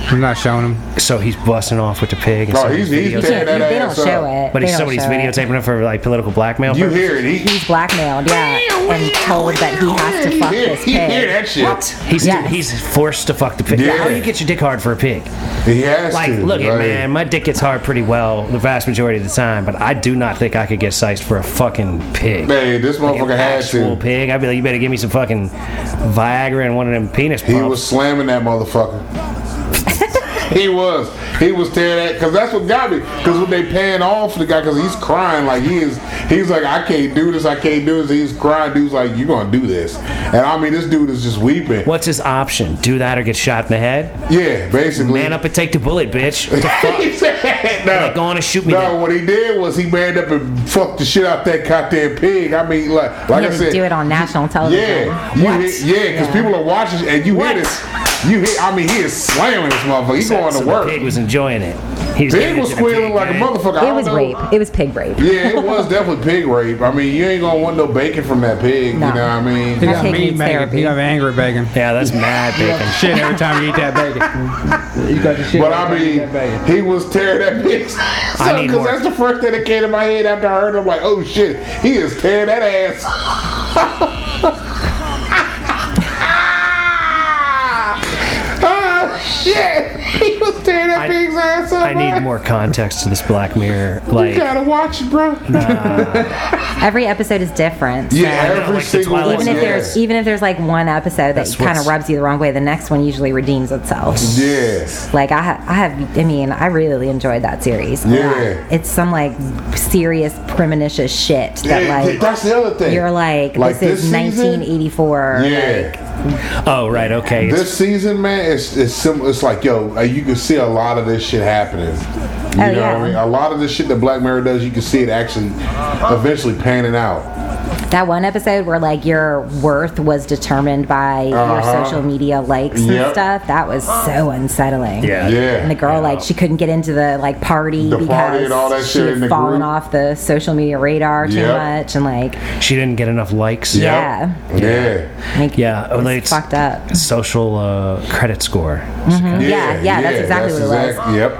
Speaker 2: pig.
Speaker 3: I'm not showing him.
Speaker 1: So he's busting off with the pig. And
Speaker 2: No,
Speaker 1: somebody's
Speaker 2: he's- he's
Speaker 1: videotaping-
Speaker 2: dead.
Speaker 4: Yeah,
Speaker 2: Yeah, that
Speaker 4: they don't
Speaker 2: ass up.
Speaker 4: show it.
Speaker 1: But
Speaker 4: they
Speaker 1: he's
Speaker 4: don't
Speaker 1: somebody's
Speaker 4: show it.
Speaker 1: videotaping it for like political blackmail.
Speaker 2: You
Speaker 1: purposes?
Speaker 2: hear it. He,
Speaker 4: He's blackmailed, yeah, and told that he has to fuck
Speaker 2: he, hear,
Speaker 4: this
Speaker 2: he hear
Speaker 4: pig.
Speaker 2: that shit.
Speaker 1: He's
Speaker 4: Yes.
Speaker 1: he's forced to fuck the pig.
Speaker 2: Yeah.
Speaker 1: How do you get your dick hard for a pig?
Speaker 2: He has
Speaker 1: Like,
Speaker 2: to.
Speaker 1: look at
Speaker 2: like,
Speaker 1: man, my dick gets hard pretty well the vast majority of the time, but I do not think I could get sized for a fucking pig.
Speaker 2: Hey, this
Speaker 1: Like an
Speaker 2: motherfucker had
Speaker 1: actual
Speaker 2: to.
Speaker 1: pig. I'd be like, you better give me some fucking Viagra and one of them penis pumps.
Speaker 2: He was slamming that motherfucker. <laughs> he was. He was tearing that because that's what got me. Because when they paying off the guy, because he's crying like he is. He's like, I can't do this. I can't do this. He's crying. Dude's like, you gonna do this? And I mean, this dude is just weeping.
Speaker 1: What's his option? Do that or get shot in the head?
Speaker 2: Yeah, basically.
Speaker 1: Man up and take the bullet, bitch. What the fuck?
Speaker 2: <laughs> he said, no.
Speaker 1: Like, go on and shoot me
Speaker 2: No,
Speaker 1: then.
Speaker 2: what he did was he manned up and fucked the shit out that goddamn pig. I mean, like, like
Speaker 4: He
Speaker 2: I
Speaker 4: had
Speaker 2: said,
Speaker 4: to do it on national television.
Speaker 2: Yeah, you
Speaker 1: What?
Speaker 2: hear- yeah, because
Speaker 4: Yeah.
Speaker 2: people are watching and you
Speaker 1: What?
Speaker 2: hear this. You hear, I mean, he is slamming this motherfucker. He's going
Speaker 1: So
Speaker 2: to
Speaker 1: the
Speaker 2: work.
Speaker 1: pig was enjoying it. He was
Speaker 2: Pig
Speaker 1: giving it
Speaker 2: was
Speaker 1: to the
Speaker 2: squealing
Speaker 1: pig,
Speaker 2: like a
Speaker 1: man.
Speaker 2: motherfucker. I
Speaker 4: It
Speaker 2: don't
Speaker 4: was
Speaker 2: know.
Speaker 4: rape. It was pig rape.
Speaker 2: Yeah, it was definitely pig rape. I mean, you ain't gonna want no bacon from that pig.
Speaker 4: No.
Speaker 2: You know what I mean?
Speaker 3: He
Speaker 4: That
Speaker 3: got
Speaker 4: pig
Speaker 3: mean
Speaker 4: needs
Speaker 3: bacon.
Speaker 4: therapy.
Speaker 3: He got angry bacon.
Speaker 1: Yeah, that's mad bacon.
Speaker 3: Shit, every time you eat that bacon. <laughs> You got the shit.
Speaker 2: But
Speaker 3: every
Speaker 2: I
Speaker 3: time you eat that
Speaker 2: mean,
Speaker 3: bacon.
Speaker 2: he was tearing that pig. so,
Speaker 1: I need
Speaker 2: because
Speaker 1: more.
Speaker 2: that's the first thing that came to my head after I heard. It, I'm like, oh shit, he is tearing that ass. <laughs> Ah, shit, he was tearing that
Speaker 1: I-
Speaker 2: pig's ass up.
Speaker 1: I need
Speaker 2: man.
Speaker 1: more context to this Black Mirror.
Speaker 2: You
Speaker 1: Like,
Speaker 2: gotta watch it, bro.
Speaker 4: Every episode is different.
Speaker 2: yeah,
Speaker 1: I know,
Speaker 2: every
Speaker 1: like the
Speaker 2: single
Speaker 1: Twilight
Speaker 2: one.
Speaker 4: Even
Speaker 1: Zone.
Speaker 4: if
Speaker 2: yes.
Speaker 4: there's even if there's like one episode that
Speaker 1: That's
Speaker 4: kind
Speaker 1: what's-
Speaker 4: of rubs you the wrong way, the next one usually redeems itself.
Speaker 2: yeah,
Speaker 4: Like I, ha- I have, I mean, I really enjoyed that series. a lot.
Speaker 2: Yeah.
Speaker 4: it's some like serious premonitious shit that
Speaker 2: Yeah,
Speaker 4: like
Speaker 2: that's the other thing.
Speaker 4: you're like,
Speaker 2: Like
Speaker 4: this, is
Speaker 2: this season?
Speaker 4: 1984.
Speaker 2: yeah.
Speaker 1: oh right, okay. It's-
Speaker 2: This season, man, it's it's sim- it's like yo, uh, you can see a lot of this shit happening. You
Speaker 4: Oh,
Speaker 2: know
Speaker 4: yeah.
Speaker 2: what I mean? A lot of the shit that Black Mirror does, you can see it actually eventually panning out.
Speaker 4: Like, that one episode where like your worth was determined by your
Speaker 2: Uh-huh.
Speaker 4: social media likes
Speaker 2: Yep.
Speaker 4: and stuff. That was so unsettling.
Speaker 1: yeah.
Speaker 2: Yeah.
Speaker 4: And the girl, like, she couldn't get into the like party
Speaker 2: The
Speaker 4: because
Speaker 2: party and all that
Speaker 4: she
Speaker 2: shit
Speaker 4: had
Speaker 2: in the
Speaker 4: fallen
Speaker 2: group.
Speaker 4: off the social media radar too
Speaker 2: Yep.
Speaker 4: much, and like,
Speaker 1: She didn't get enough likes.
Speaker 2: Yep.
Speaker 4: yeah,
Speaker 2: Yeah.
Speaker 4: like,
Speaker 1: Yeah,
Speaker 4: it's
Speaker 1: like-
Speaker 4: fucked up.
Speaker 1: Social uh, credit score.
Speaker 4: Yeah, yeah, that's exactly what it was.
Speaker 2: exact- Yep.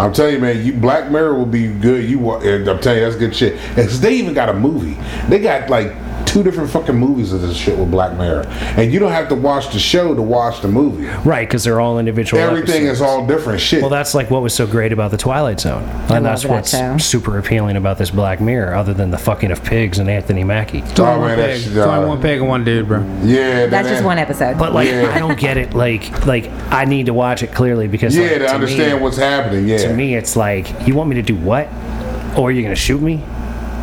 Speaker 2: I'm telling you, man, you Black Mirror will be good. You wa- and I'm telling you, that's good shit. And 'cause they even got a movie. They got like two different fucking movies of this shit with Black Mirror, and you don't have to watch the show to watch the movie.
Speaker 1: Right, because they're all individual.
Speaker 2: Everything
Speaker 1: episodes.
Speaker 2: is all different shit.
Speaker 1: Well, that's like what was so great about the Twilight Zone, and
Speaker 4: love
Speaker 1: that's
Speaker 4: that
Speaker 1: what's
Speaker 4: show.
Speaker 1: super appealing about this Black Mirror, other than the fucking of pigs and Anthony Mackie.
Speaker 3: It's only
Speaker 2: Oh,
Speaker 3: one
Speaker 2: man,
Speaker 3: pig.
Speaker 2: that's-
Speaker 3: It's only
Speaker 2: uh,
Speaker 3: one pig and one dude, bro.
Speaker 2: yeah,
Speaker 4: That's
Speaker 2: that-
Speaker 4: just one episode.
Speaker 1: But like,
Speaker 2: Yeah.
Speaker 1: I don't get it. Like, like I need to watch it clearly because
Speaker 2: Yeah,
Speaker 1: like,
Speaker 2: to understand
Speaker 1: me,
Speaker 2: what's happening. Yeah,
Speaker 1: to me, it's like you want me to do what, or you're gonna shoot me.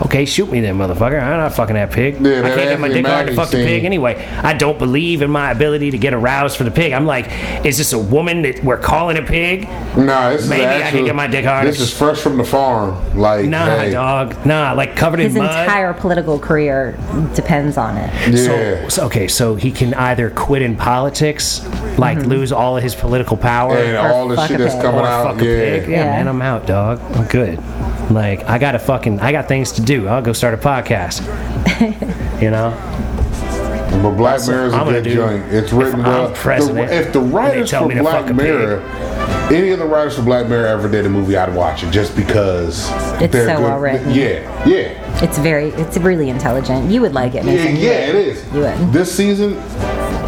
Speaker 1: Okay, shoot me then, motherfucker. I'm not fucking that pig.
Speaker 2: Yeah,
Speaker 1: I
Speaker 2: that
Speaker 1: can't get my
Speaker 2: Anthony
Speaker 1: dick hard to
Speaker 2: Mackie
Speaker 1: fuck the
Speaker 2: scene.
Speaker 1: pig anyway. I don't believe in my ability to get aroused for the pig. I'm like, is this a woman that we're calling a pig?
Speaker 2: nah, this
Speaker 1: Maybe
Speaker 2: is
Speaker 1: I can
Speaker 2: actual,
Speaker 1: get my dick hard.
Speaker 2: This is fresh from the farm. Like,
Speaker 1: Nah,
Speaker 2: hey,
Speaker 1: dog. Nah, like covered
Speaker 4: His
Speaker 1: in mud.
Speaker 4: entire political career depends on it.
Speaker 2: yeah,
Speaker 1: So, so- okay, so he can either quit in politics, like lose all of his political power,
Speaker 2: and all the
Speaker 4: fuck
Speaker 2: shit
Speaker 4: a
Speaker 2: that's
Speaker 4: pig.
Speaker 2: coming
Speaker 1: or
Speaker 2: out.
Speaker 1: fuck a pig.
Speaker 2: Yeah,
Speaker 1: Yeah,
Speaker 4: Yeah.
Speaker 1: man, I'm out, dog. I'm good. Like I got to fucking, I got things to do. I'll go start a podcast. you know,
Speaker 2: but Black Mirror is a
Speaker 1: I'm gonna
Speaker 2: good
Speaker 1: do-
Speaker 2: joint. It's written
Speaker 1: I'm
Speaker 2: well.
Speaker 1: president,
Speaker 2: The, if the
Speaker 1: and they
Speaker 2: writers
Speaker 1: tell
Speaker 2: for
Speaker 1: me to fuck
Speaker 2: Black
Speaker 1: a pig.
Speaker 2: Mirror, any of the writers for Black Mirror ever did a movie, I'd watch it just because
Speaker 4: It's
Speaker 2: they're
Speaker 4: so
Speaker 2: good.
Speaker 4: well written.
Speaker 2: Yeah, yeah.
Speaker 4: It's very, it's really intelligent. You would like it,
Speaker 2: Yeah,
Speaker 4: Mason. You
Speaker 2: yeah, it
Speaker 4: would.
Speaker 2: is.
Speaker 4: You would.
Speaker 2: This season,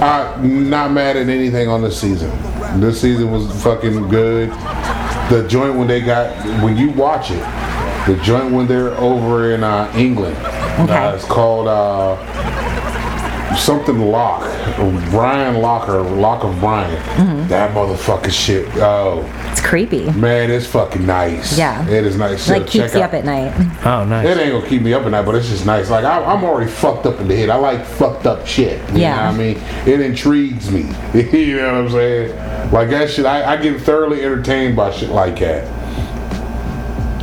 Speaker 2: I'm not mad at anything on this season. This season was fucking good. The joint when they got when you watch it, the joint when they're over in uh, England, uh,
Speaker 4: Okay.
Speaker 2: it's called uh, something Lock, Brian Locker, Lock of Brian.
Speaker 4: Mm-hmm.
Speaker 2: That motherfucking shit. Oh
Speaker 4: It's creepy.
Speaker 2: man, it's fucking nice.
Speaker 4: Yeah.
Speaker 2: it is nice. So
Speaker 4: like keeps
Speaker 2: check
Speaker 4: you
Speaker 2: out-
Speaker 4: up at night.
Speaker 1: oh nice.
Speaker 2: it ain't gonna keep me up at night, but it's just nice. Like I, I'm already fucked up in the head. I like fucked up shit. You
Speaker 4: Yeah.
Speaker 2: know what I mean, it intrigues me. <laughs> you know what I'm saying? Like that shit. I, I get thoroughly entertained by shit like that.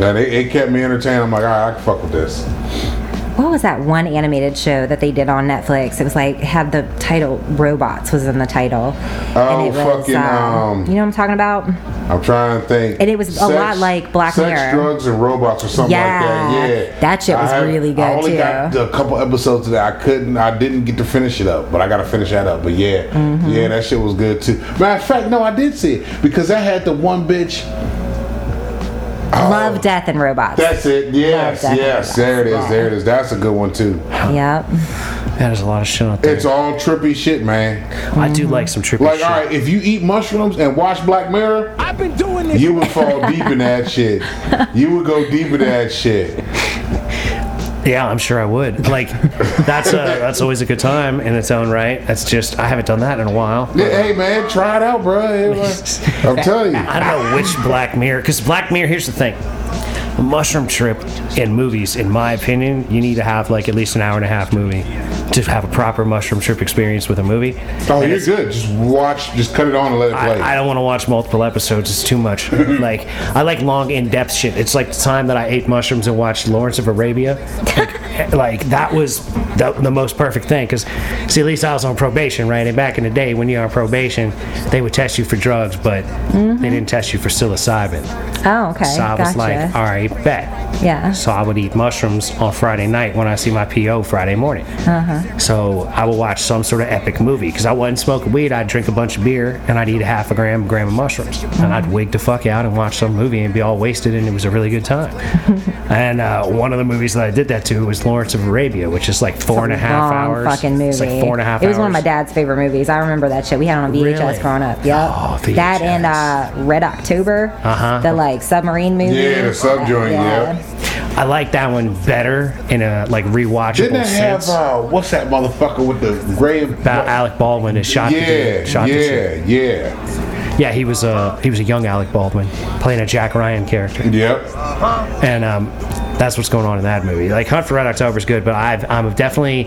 Speaker 2: And it, it kept me entertained. I'm like, all right, I can fuck with this.
Speaker 4: What was that one animated show that they did on Netflix? It was like had the title "Robots" was in the title.
Speaker 2: Oh,
Speaker 4: it
Speaker 2: fucking, um, oh.
Speaker 4: you know what I'm talking about?
Speaker 2: I'm trying to think.
Speaker 4: And it was a lot like Black
Speaker 2: sex,
Speaker 4: Mirror.
Speaker 2: drugs, and robots, or something
Speaker 4: Yeah.
Speaker 2: like that. Yeah,
Speaker 4: That shit was
Speaker 2: have-
Speaker 4: really good,
Speaker 2: I only
Speaker 4: too.
Speaker 2: got a couple episodes of that. I couldn't. I didn't get to finish it up, but I got to finish that up. But yeah,
Speaker 4: Mm-hmm.
Speaker 2: yeah, that shit was good too. Matter of fact, no, I did see it because I had the one bitch. Oh,
Speaker 4: Love, Death, and Robots.
Speaker 2: That's it. Yes,
Speaker 4: Love Death.
Speaker 2: yes. There it is. There it is. That's a good one too.
Speaker 4: Yep.
Speaker 1: That is a lot of shit out there.
Speaker 2: It's all trippy shit, man.
Speaker 1: I do like some trippy
Speaker 2: Like,
Speaker 1: shit.
Speaker 2: all right, if you eat mushrooms and watch Black Mirror,
Speaker 5: I've been doing this.
Speaker 2: you would fall deep in that
Speaker 4: <laughs>
Speaker 2: shit. You would go deep in that shit.
Speaker 1: Yeah, I'm sure I would.
Speaker 2: <laughs>
Speaker 1: Like that's a, that's always a good time in its own right. That's just I haven't done that in a while.
Speaker 2: Yeah, hey man, try it out, bro. Hey, bro.
Speaker 1: <laughs>
Speaker 2: I'm telling you.
Speaker 1: I don't know which Black Mirror, because Black Mirror, here's the thing. A mushroom trip in movies, in my opinion, you need to have like at least an hour and a half movie to have a proper mushroom trip experience with a movie.
Speaker 2: Oh,
Speaker 1: And
Speaker 2: you're
Speaker 1: it's-
Speaker 2: good. Just watch. Just cut it on and let it play.
Speaker 1: I, I don't want to watch multiple episodes. It's too much. like I like long, in-depth shit. It's like the time that I ate mushrooms and watched Lawrence of Arabia. Like, <laughs> like, that was the, the most perfect thing. Because see, at least I was on probation, right? And back in the day, when you're on probation, they would test you for drugs, but they didn't test you for psilocybin.
Speaker 4: Oh, okay.
Speaker 1: So I was
Speaker 4: gotcha.
Speaker 1: like, all right, bet.
Speaker 4: Yeah.
Speaker 1: So I would eat mushrooms on Friday night when I see my PO Friday morning.
Speaker 4: Uh-huh.
Speaker 1: So I would watch some sort of epic movie because I wasn't smoking weed. I'd drink a bunch of beer and I'd eat a half a gram, a gram of mushrooms, and
Speaker 4: Uh-huh.
Speaker 1: I'd wig the fuck out and watch some movie and be all wasted, and it was a really good
Speaker 4: <laughs>
Speaker 1: time. and uh, one of the movies that I did that to was Lawrence of Arabia, which is like four and a half
Speaker 4: Long
Speaker 1: hours.
Speaker 4: fucking movie.
Speaker 1: It's like four and a half.
Speaker 4: It was one of my
Speaker 1: hours.
Speaker 4: dad's favorite movies. I remember that shit. We had it on VHS
Speaker 1: Really?
Speaker 4: growing up. Yep.
Speaker 1: Oh,
Speaker 4: That and
Speaker 1: VHS.
Speaker 4: uh, Red October.
Speaker 1: Uh-huh.
Speaker 4: The like submarine movie.
Speaker 2: yeah, the sub joint. Yeah.
Speaker 1: I like that one better in a like rewatchable
Speaker 2: Didn't it have
Speaker 1: sense.
Speaker 2: uh, what's that motherfucker with the gray?
Speaker 1: about Alec Baldwin and shot the
Speaker 2: yeah,
Speaker 1: dude, shot the shit.
Speaker 2: yeah, yeah.
Speaker 1: Yeah, he was a he was a young Alec Baldwin playing a Jack Ryan character,
Speaker 2: Yep.
Speaker 1: and um, that's what's going on in that movie. Like Hunt for Red October is good, but I've I'm definitely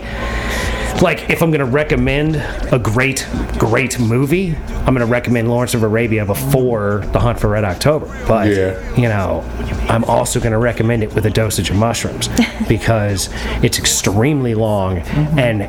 Speaker 1: like if I'm gonna recommend a great great movie, I'm gonna recommend Lawrence of Arabia before The Hunt for Red October. But
Speaker 2: Yeah.
Speaker 1: you know, I'm also gonna recommend it with a dosage of mushrooms because it's extremely long, and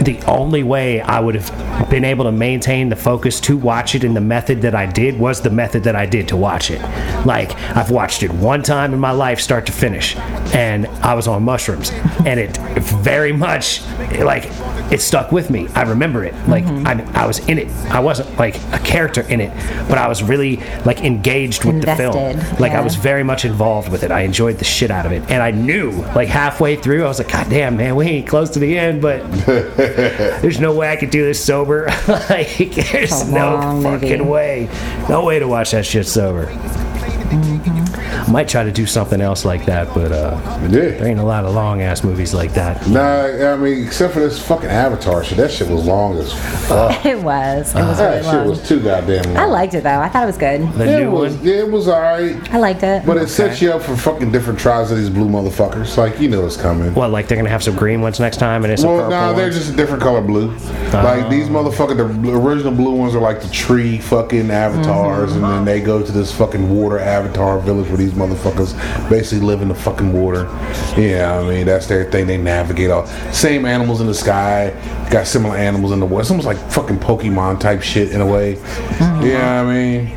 Speaker 1: the only way I would have been able to maintain the focus to watch it in the method that I did was the method that I did to watch it. Like I've watched it one time in my life, start to finish. and I was on mushrooms, and it very much like it stuck with me. I remember it like I, I was in it. I wasn't like a character in it, but I was really like engaged with the film.
Speaker 4: Invested,
Speaker 1: Like I
Speaker 4: yeah.
Speaker 1: was very much involved with it. I enjoyed the shit out of it, and I knew like halfway through I was like, God damn man, we ain't close to the end,
Speaker 2: <laughs>
Speaker 1: but there's no way I could do this sober. <laughs> like there's no
Speaker 4: long
Speaker 1: fucking
Speaker 4: movie.
Speaker 1: way, no way to watch that shit sober.
Speaker 4: Mm-hmm.
Speaker 1: I might try to do something else like that, but uh, there
Speaker 2: Yeah.
Speaker 1: ain't a lot of long ass movies like that.
Speaker 2: Nah, I mean, except for this fucking Avatar shit, that shit was long as fuck.
Speaker 4: <laughs> It was. It was really
Speaker 2: that shit
Speaker 4: long.
Speaker 2: was too goddamn long.
Speaker 4: I liked it though. I thought it was good.
Speaker 1: The
Speaker 2: it.
Speaker 1: new
Speaker 2: was,
Speaker 1: one.
Speaker 2: yeah, It was alright,
Speaker 4: I liked it.
Speaker 2: but it sets you up for fucking different tries of these blue motherfuckers. Like, you know it's coming.
Speaker 1: Well, like they're gonna have some green ones next time, and it's some
Speaker 2: Well,
Speaker 1: purple
Speaker 2: nah, they're
Speaker 1: ones. Uh-huh.
Speaker 2: just a different color blue. like these motherfucker, the bl- original blue ones are like the tree fucking avatars, and then they go to this fucking water avatar village where these motherfuckers basically live in the fucking water. Yeah, I mean that's their thing. They navigate all same animals in the sky, got similar animals in the water. It's almost like fucking Pokemon type shit in a way.
Speaker 4: Mm-hmm.
Speaker 2: Yeah, I mean,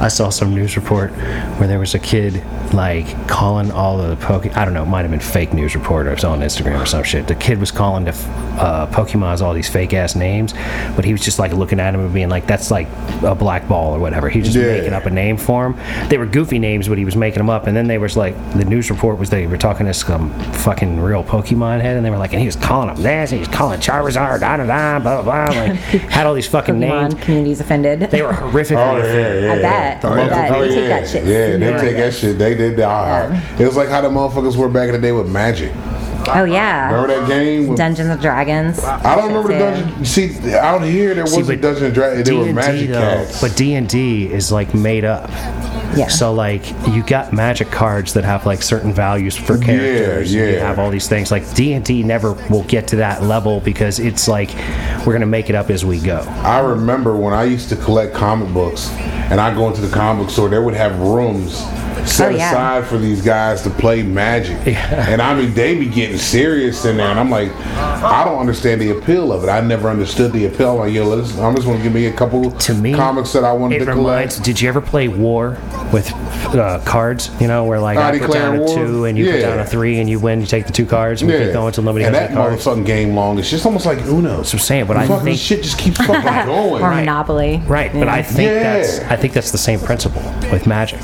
Speaker 1: I saw some news report where there was a kid like calling all the poke. I don't know, it might have been fake news report or it was on Instagram or some shit. The kid was calling the uh, Pokemon's all these fake ass names, but he was just like looking at him and being like, "That's like a black ball or whatever." He was just
Speaker 2: Yeah.
Speaker 1: making up a name for him. They were goofy names, but he was making them up. And then they was like, the news report was they were talking to some fucking real Pokemon head, and they were like, and he was calling him this, and he was calling Charizard, da da da, blah blah blah. Like had all these fucking names.
Speaker 4: <laughs> Pokemon community's offended.
Speaker 1: They were horrifically
Speaker 2: oh yeah, yeah.
Speaker 4: I
Speaker 2: yeah.
Speaker 4: bet. I bet.
Speaker 2: Oh,
Speaker 4: They take
Speaker 2: yeah.
Speaker 4: that shit.
Speaker 2: yeah, they
Speaker 4: serious.
Speaker 2: take that shit. They did. They, all right. It was like how the motherfuckers were back in the day with magic.
Speaker 4: Oh yeah.
Speaker 2: Remember that game? With
Speaker 4: Dungeons and Dragons.
Speaker 2: I don't remember the dungeon. See, out here there wasn't
Speaker 1: but
Speaker 2: Dungeon and Dragon. There were
Speaker 1: D&D,
Speaker 2: magic
Speaker 1: though,
Speaker 2: cats.
Speaker 1: But D and D is like made up.
Speaker 4: Yeah.
Speaker 1: So like you got magic cards that have like certain values for characters. and You
Speaker 2: yeah.
Speaker 1: have all these things. Like D and D never will get to that level because it's like we're gonna make it up as we go.
Speaker 2: I remember when I used to collect comic books, and I go into the comic book store. They would have rooms set
Speaker 4: Oh, yeah.
Speaker 2: aside for these guys to play magic,
Speaker 1: <laughs>
Speaker 2: and I mean they be getting serious in there. And I'm like, I don't understand the appeal of it. I never understood the appeal. I'm like, yo, listen, I'm just gonna give me a couple
Speaker 1: to me
Speaker 2: comics that I wanted
Speaker 1: it
Speaker 2: to
Speaker 1: reminds,
Speaker 2: collect.
Speaker 1: did you ever play war with uh, cards you know where like
Speaker 2: I
Speaker 1: i put
Speaker 2: declare
Speaker 1: down a
Speaker 2: war.
Speaker 1: two and you put
Speaker 2: Yeah.
Speaker 1: down a three and you win you take the two cards and we keep going until nobody
Speaker 2: and
Speaker 1: has
Speaker 2: that
Speaker 1: that card
Speaker 2: motherfucking game long. It's just almost like Uno.
Speaker 1: I'm saying, but I
Speaker 2: fucking
Speaker 1: think-
Speaker 2: shit just keeps
Speaker 1: <laughs>
Speaker 2: fucking going.
Speaker 4: Or Monopoly.
Speaker 1: right but i think
Speaker 2: Yeah.
Speaker 1: that's i think that's the same principle with magic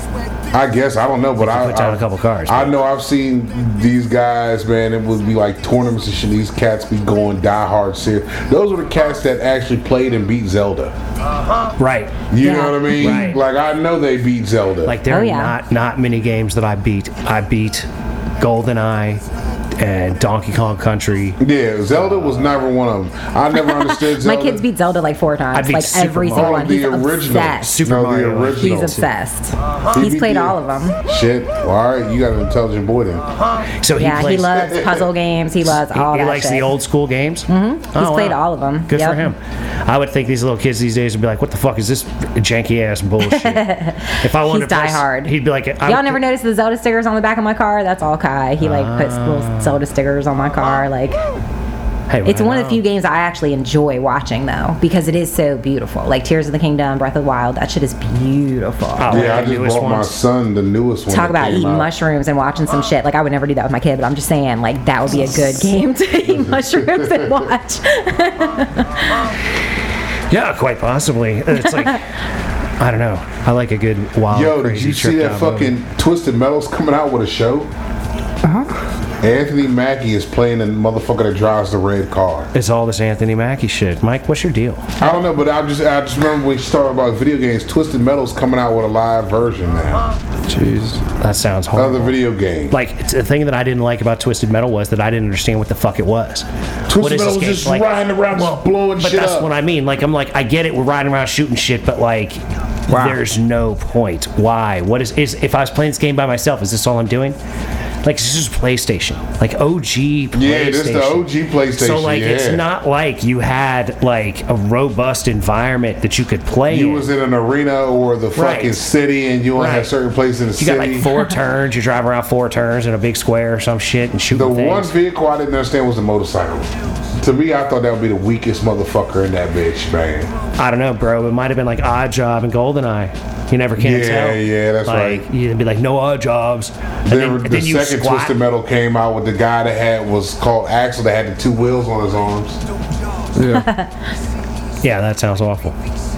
Speaker 2: I guess I don't know, but I
Speaker 1: put down
Speaker 2: I-
Speaker 1: a couple cards,
Speaker 2: I
Speaker 1: but-
Speaker 2: know I've seen these guys, man. It would be like tournaments and shit. These cats be going die hard serious. Those were the cats that actually played and beat Zelda.
Speaker 1: right
Speaker 2: You
Speaker 4: Yeah.
Speaker 2: know what I mean?
Speaker 1: Right.
Speaker 2: Like I know they beat Zelda.
Speaker 1: like there
Speaker 4: Oh,
Speaker 1: are
Speaker 4: yeah.
Speaker 1: not not many games that i beat i beat goldeneye and donkey kong country
Speaker 2: yeah, Zelda was never one of them.
Speaker 1: <laughs>
Speaker 2: I never understood
Speaker 4: My
Speaker 2: Zelda.
Speaker 4: kids beat Zelda like four times.
Speaker 1: I beat
Speaker 4: like
Speaker 1: Super
Speaker 4: every
Speaker 1: Mario.
Speaker 4: single
Speaker 2: Oh,
Speaker 4: one.
Speaker 2: the
Speaker 4: He's
Speaker 2: original.
Speaker 4: obsessed.
Speaker 1: Super
Speaker 2: no,
Speaker 1: Mario.
Speaker 2: the original.
Speaker 4: He's obsessed.
Speaker 2: He
Speaker 4: He's
Speaker 2: beat
Speaker 4: played
Speaker 2: the-
Speaker 4: all of them.
Speaker 2: Shit. Well, all right, you got an intelligent boy then.
Speaker 1: so he
Speaker 4: Yeah, he
Speaker 1: plays
Speaker 4: loves puzzle games. He loves
Speaker 1: he,
Speaker 4: all
Speaker 1: he
Speaker 4: that
Speaker 1: likes
Speaker 4: shit.
Speaker 1: the old school games mm-hmm. he's
Speaker 4: played all of 'em.
Speaker 1: good for
Speaker 4: Yep.
Speaker 1: him i would think these little kids these days would be like what the fuck is this janky ass bullshit
Speaker 4: <laughs>
Speaker 1: if i wanted
Speaker 4: He's
Speaker 1: to play-
Speaker 4: diehard.
Speaker 1: he'd be like I
Speaker 4: Y'all
Speaker 1: don't
Speaker 4: never
Speaker 1: care-
Speaker 4: noticed the Zelda stickers on the back of my car? That's all Kai. He like puts
Speaker 1: Ah.
Speaker 4: little Zelda stickers on my car. Like
Speaker 1: Hey,
Speaker 4: it's
Speaker 1: right
Speaker 4: one of the
Speaker 1: on.
Speaker 4: few games I actually enjoy watching though, because it is so beautiful. Like Tears of the Kingdom, Breath of the Wild, that shit is beautiful.
Speaker 1: Oh,
Speaker 2: Yeah, I
Speaker 1: the
Speaker 2: just
Speaker 1: newest
Speaker 2: bought my
Speaker 1: ones.
Speaker 2: son the newest one.
Speaker 4: Talk
Speaker 2: that
Speaker 4: about
Speaker 2: came
Speaker 4: eating
Speaker 2: out.
Speaker 4: mushrooms and watching some shit. Like I would never do that with my kid, but I'm just saying, like that would be a
Speaker 2: <laughs>
Speaker 4: good game to eat mushrooms and watch.
Speaker 1: Yeah, quite possibly. <laughs> It's like I don't know. I like a good wild.
Speaker 2: Yo, did
Speaker 1: crazy
Speaker 2: you see
Speaker 1: tripped
Speaker 2: that
Speaker 1: out
Speaker 2: fucking
Speaker 1: movie.
Speaker 2: Twisted Metal's coming out with a show? Uh-huh. Anthony Mackie is playing the motherfucker that drives the red car.
Speaker 1: It's all this Anthony Mackie shit. Mike, what's your deal?
Speaker 2: I don't know, but I just I just remember when you started about video games. Twisted Metal's coming out with a live version now.
Speaker 3: Jeez.
Speaker 1: That sounds horrible.
Speaker 2: Another video game.
Speaker 1: like it's- the thing that I didn't like about Twisted Metal was that I didn't understand what the fuck it was. What
Speaker 2: Twisted
Speaker 1: is
Speaker 2: Metal
Speaker 1: this
Speaker 2: was
Speaker 1: game?
Speaker 2: just riding around, just blowing
Speaker 1: but
Speaker 2: shit
Speaker 1: that's
Speaker 2: up.
Speaker 1: what I mean. Like I'm like I get it. We're riding around shooting shit, but like
Speaker 3: Wow.
Speaker 1: there's no point. Why? What is is if I was playing this game by myself? Is this all I'm doing? Like this is PlayStation. Like OG PlayStation.
Speaker 2: yeah, this the OG PlayStation.
Speaker 1: So like
Speaker 2: yeah.
Speaker 1: it's not like you had like a robust environment that you could play
Speaker 2: You
Speaker 1: in.
Speaker 2: was in an arena or the
Speaker 1: Right.
Speaker 2: fucking city, and you only
Speaker 1: Right.
Speaker 2: had certain places in the
Speaker 1: you
Speaker 2: city.
Speaker 1: got like
Speaker 2: <laughs>
Speaker 1: four turns. You drive around four turns in a big square or some shit and shoot
Speaker 2: the
Speaker 1: things.
Speaker 2: one vehicle I didn't understand was the motorcycle. To me, I thought that would be the weakest motherfucker in that bitch, man.
Speaker 1: I don't know, bro. It might have been like Odd Job and Goldeneye. You never can
Speaker 2: Yeah,
Speaker 1: tell.
Speaker 2: yeah, that's
Speaker 1: like,
Speaker 2: right.
Speaker 1: You'd be like, no Odd Jobs. And
Speaker 2: Then, the
Speaker 1: then you
Speaker 2: second
Speaker 1: squat.
Speaker 2: Twisted Metal came out with the guy that had was called Axel that had the two wheels on his arms.
Speaker 1: Oh,
Speaker 3: Yeah.
Speaker 1: Yeah, that sounds awful.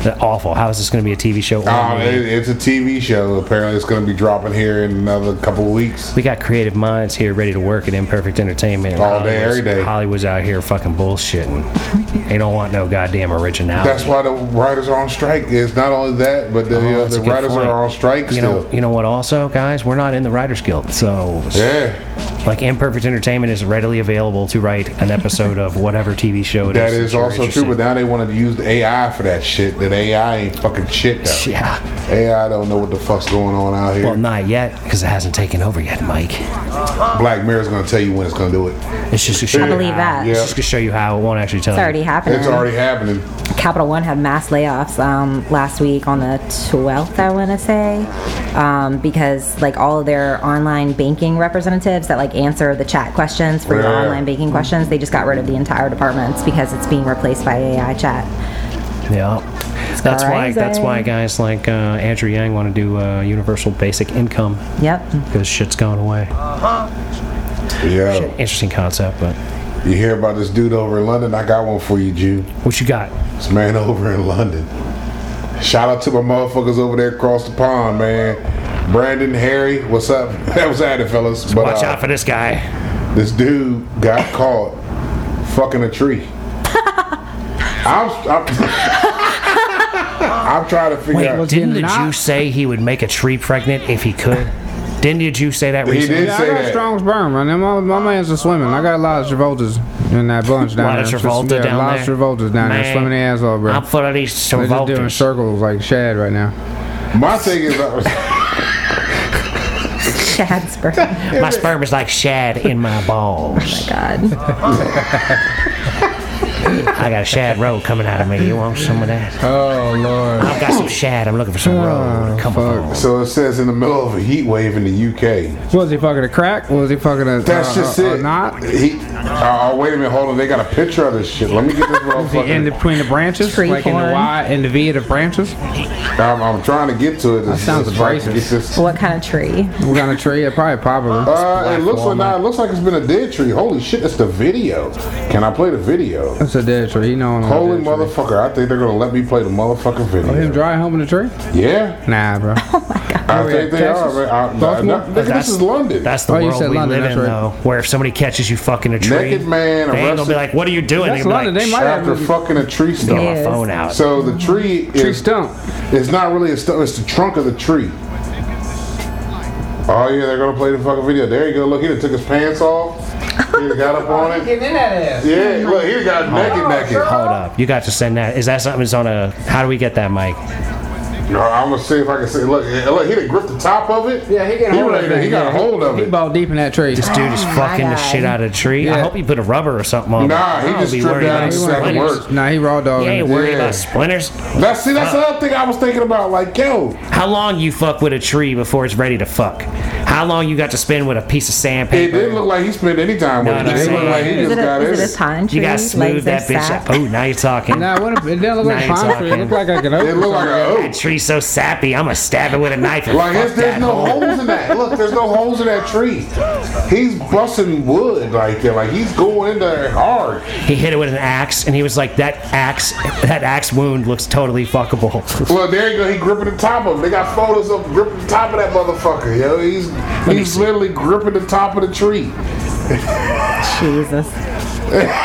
Speaker 1: That- awful. How is this going to be a TV show? or a
Speaker 2: Um,
Speaker 1: movie?
Speaker 2: it, it's a TV show. Apparently, it's going to be dropping here in another couple of weeks.
Speaker 1: We got creative minds here ready to work at Imperfect Entertainment. and
Speaker 2: All day,
Speaker 1: Hollywood's-
Speaker 2: every day.
Speaker 1: Hollywood's out here fucking bullshitting. They don't want no goddamn originality.
Speaker 2: That's why the writers are on strike. It's not only that, but the,
Speaker 1: Oh,
Speaker 2: uh,
Speaker 1: that's
Speaker 2: the
Speaker 1: a good
Speaker 2: writers
Speaker 1: point.
Speaker 2: are on strike
Speaker 1: You
Speaker 2: still.
Speaker 1: know, you know what? Also, guys, we're not in the Writers Guild, so
Speaker 2: yeah,
Speaker 1: like Imperfect Entertainment is readily available to write an episode of whatever TV show it
Speaker 2: that
Speaker 1: is
Speaker 2: is
Speaker 1: you're
Speaker 2: also
Speaker 1: interested
Speaker 2: true. But now they wanted to use the AI for that shit. That AI ain't fucking shit
Speaker 1: in.
Speaker 2: though.
Speaker 1: yeah.
Speaker 2: AI don't know what the fuck's going on out here.
Speaker 1: Well, not yet, because it hasn't taken over yet, Mike.
Speaker 2: Black Mirror's going to tell you when it's going to do it.
Speaker 1: It's just to show
Speaker 4: I
Speaker 1: you
Speaker 4: believe
Speaker 1: how-
Speaker 4: that.
Speaker 1: It's just to show you how it won't actually tell
Speaker 4: It's already happening.
Speaker 2: It's
Speaker 1: uh-huh.
Speaker 2: already happening.
Speaker 4: Capital One had mass layoffs um, last week on the 12th, I want to say, um, because like all of their online banking representatives that like answer the chat questions for your
Speaker 2: Yeah.
Speaker 4: online banking questions, they just got rid of the entire departments because it's being replaced by AI chat.
Speaker 1: you. Yeah. That's why. That's
Speaker 4: crazy.
Speaker 1: why guys like uh, Andrew Yang want to do uh, universal basic income
Speaker 4: Yep. <laughs>
Speaker 1: because shit's gone away.
Speaker 2: Yeah.
Speaker 1: Interesting concept, but
Speaker 2: You hear about this dude over in London? I got one for you, Jew.
Speaker 1: what you got?
Speaker 2: This man <laughs> over in London. Shout out to my motherfuckers over there across the pond, man. Brandon, Harry, what's up? <laughs> That was at it, fellas. But
Speaker 1: Watch
Speaker 2: uh,
Speaker 1: out for this guy.
Speaker 2: this dude got caught fucking a
Speaker 3: <laughs>
Speaker 2: tree. I'm, I'm, I'm <laughs> trying to figure
Speaker 1: Wait,
Speaker 2: out.
Speaker 1: didn't
Speaker 3: he
Speaker 1: the
Speaker 3: not-
Speaker 1: Jew say he would make a tree pregnant if he could? didn't the Jew say that
Speaker 2: He
Speaker 1: recently?
Speaker 2: did
Speaker 3: Yeah, I
Speaker 2: say
Speaker 3: got
Speaker 2: that.
Speaker 3: strong sperm, man. And My, my man's are swimming. I got a lot of Travoltas in that bunch down
Speaker 1: A lot
Speaker 3: there.
Speaker 1: of
Speaker 3: Just-
Speaker 1: Travolta
Speaker 3: yeah,
Speaker 1: down
Speaker 3: A lot
Speaker 1: there.
Speaker 3: of Travoltas down
Speaker 1: Man,
Speaker 3: there swimming their ass off, bro.
Speaker 1: I'm full of these
Speaker 3: They're just doing
Speaker 1: Travoltas.
Speaker 3: circles like Shad right now.
Speaker 2: My thing is, uh, I was-
Speaker 4: Chad's oh burn.
Speaker 1: My sperm is like shad in my balls.
Speaker 4: God.
Speaker 1: I got a shad road coming out of me. You want some of that?
Speaker 3: Oh lord.
Speaker 1: I've got some shad. I'm looking for some road. Come on.
Speaker 2: <laughs> so it says in the middle of a heat wave in the UK.
Speaker 3: Was he fucking a crack? Was he fucking a?
Speaker 2: That's
Speaker 3: uh,
Speaker 2: just
Speaker 3: uh,
Speaker 2: it.
Speaker 3: uh, Not.
Speaker 2: He, oh, wait a minute, hold on. They got a picture of this shit. Let me
Speaker 3: <laughs>
Speaker 2: get this
Speaker 3: The in
Speaker 2: motherfucker.
Speaker 3: between the branches,
Speaker 4: Tree
Speaker 3: like in the
Speaker 4: horn.
Speaker 3: Y and the V of the branches.
Speaker 2: I'm, I'm trying to get to it. That
Speaker 3: sounds racist.
Speaker 2: Get this.
Speaker 4: What kind of tree?
Speaker 3: We got a tree. It probably popular.
Speaker 2: Uh, it looks like
Speaker 3: walnut.
Speaker 2: nah, it looks like it's been a dead tree. Holy shit, it's the video. Can I play the video?
Speaker 3: That's a dead tree. You know. I'm a
Speaker 2: Holy
Speaker 3: dead tree.
Speaker 2: motherfucker! I think they're gonna let me play the motherfucking video.
Speaker 3: Him dry humping the tree?
Speaker 2: Yeah,
Speaker 3: Nah, bro.
Speaker 2: I
Speaker 3: we
Speaker 2: think
Speaker 3: at,
Speaker 2: they are.
Speaker 3: Texas?
Speaker 2: Man. I, I,
Speaker 3: Baltimore?
Speaker 2: no, nigga, this is London.
Speaker 1: That's the
Speaker 3: Oh, you
Speaker 1: world
Speaker 3: said
Speaker 1: we
Speaker 3: London,
Speaker 1: live
Speaker 3: that's
Speaker 1: in,
Speaker 3: right.
Speaker 1: though, where if somebody catches you fucking a tree,
Speaker 2: Naked man
Speaker 1: they ain't gonna
Speaker 2: arrested-
Speaker 1: be like, "What are you doing?"
Speaker 3: That's
Speaker 1: They're gonna be
Speaker 3: London. They might
Speaker 2: after
Speaker 3: have
Speaker 2: fucking a tree stump.
Speaker 1: like,
Speaker 4: Yes.
Speaker 1: "Get my phone out.
Speaker 2: So the tree
Speaker 3: <laughs> tree
Speaker 2: is
Speaker 3: stump.
Speaker 2: it's not really a stump. It's the trunk of the tree. Oh yeah, they're gonna play the fucking video. There you go. Look, he done took his pants off. He done got up on it.
Speaker 3: in that ass.
Speaker 2: Yeah, look, he done got
Speaker 3: Oh,
Speaker 2: naked, naked.
Speaker 1: Hold up. You got to send that. Is that something that's on a? How do we get that, Mike?
Speaker 2: No, I'm gonna see if I can see. Look, eh, look, he done gripped the top of it.
Speaker 3: Yeah, he got a
Speaker 2: he
Speaker 3: hold
Speaker 2: right
Speaker 3: of
Speaker 2: there,
Speaker 3: it.
Speaker 2: He got a hold of
Speaker 3: He
Speaker 2: it.
Speaker 3: ball deep in that tree.
Speaker 1: This dude is
Speaker 4: Oh, my
Speaker 1: fucking the
Speaker 4: God.
Speaker 1: shit out of the tree. I
Speaker 3: Yeah.
Speaker 1: hope he put a rubber or something on.
Speaker 2: Nah,
Speaker 1: it.
Speaker 2: he
Speaker 1: I don't
Speaker 2: just
Speaker 1: be
Speaker 2: stripped
Speaker 1: worried
Speaker 2: down
Speaker 1: about
Speaker 2: and
Speaker 1: his
Speaker 2: said
Speaker 1: splinters.
Speaker 2: work.
Speaker 3: Nah, he raw dog.
Speaker 1: He ain't worried
Speaker 2: Yeah.
Speaker 1: about splinters.
Speaker 2: That's see, that's another thing I was thinking about. Like, yo,
Speaker 1: How long you fuck with a tree before it's ready to fuck? How long you got to spend with a piece of
Speaker 2: it
Speaker 1: sandpaper?
Speaker 2: didn't look like he spent any time with
Speaker 1: No,
Speaker 2: it.
Speaker 1: no,
Speaker 2: It
Speaker 1: no.
Speaker 2: looked like he
Speaker 4: Is
Speaker 2: just
Speaker 4: it
Speaker 2: got
Speaker 4: a, is it a
Speaker 2: it.
Speaker 4: pine tree?
Speaker 1: you got to smooth
Speaker 4: Legs are
Speaker 1: that bitch
Speaker 4: sapped?
Speaker 1: up. Oh, now you're talking.
Speaker 3: Nah, what if, it didn't look
Speaker 1: Nah,
Speaker 3: like
Speaker 1: he's
Speaker 3: palm tree. It looked
Speaker 1: talking.
Speaker 3: like I could open
Speaker 2: It looked like a
Speaker 1: That
Speaker 2: oak.
Speaker 1: tree's so sappy, I'm going to stab it with a knife. And
Speaker 2: Like,
Speaker 1: fuck
Speaker 2: it's, there's
Speaker 1: that
Speaker 2: no
Speaker 1: hole.
Speaker 2: holes in that. Look, there's no holes in that tree. He's busting wood like that. Like he's going in there hard.
Speaker 1: He hit it with an axe, and he was like, that axe that axe wound looks totally fuckable.
Speaker 2: Well, there you go. He gripping the top of him. They got photos of him gripping the top of that motherfucker. Yo, he's he's literally gripping the top of the tree.
Speaker 4: Jesus.
Speaker 1: <laughs>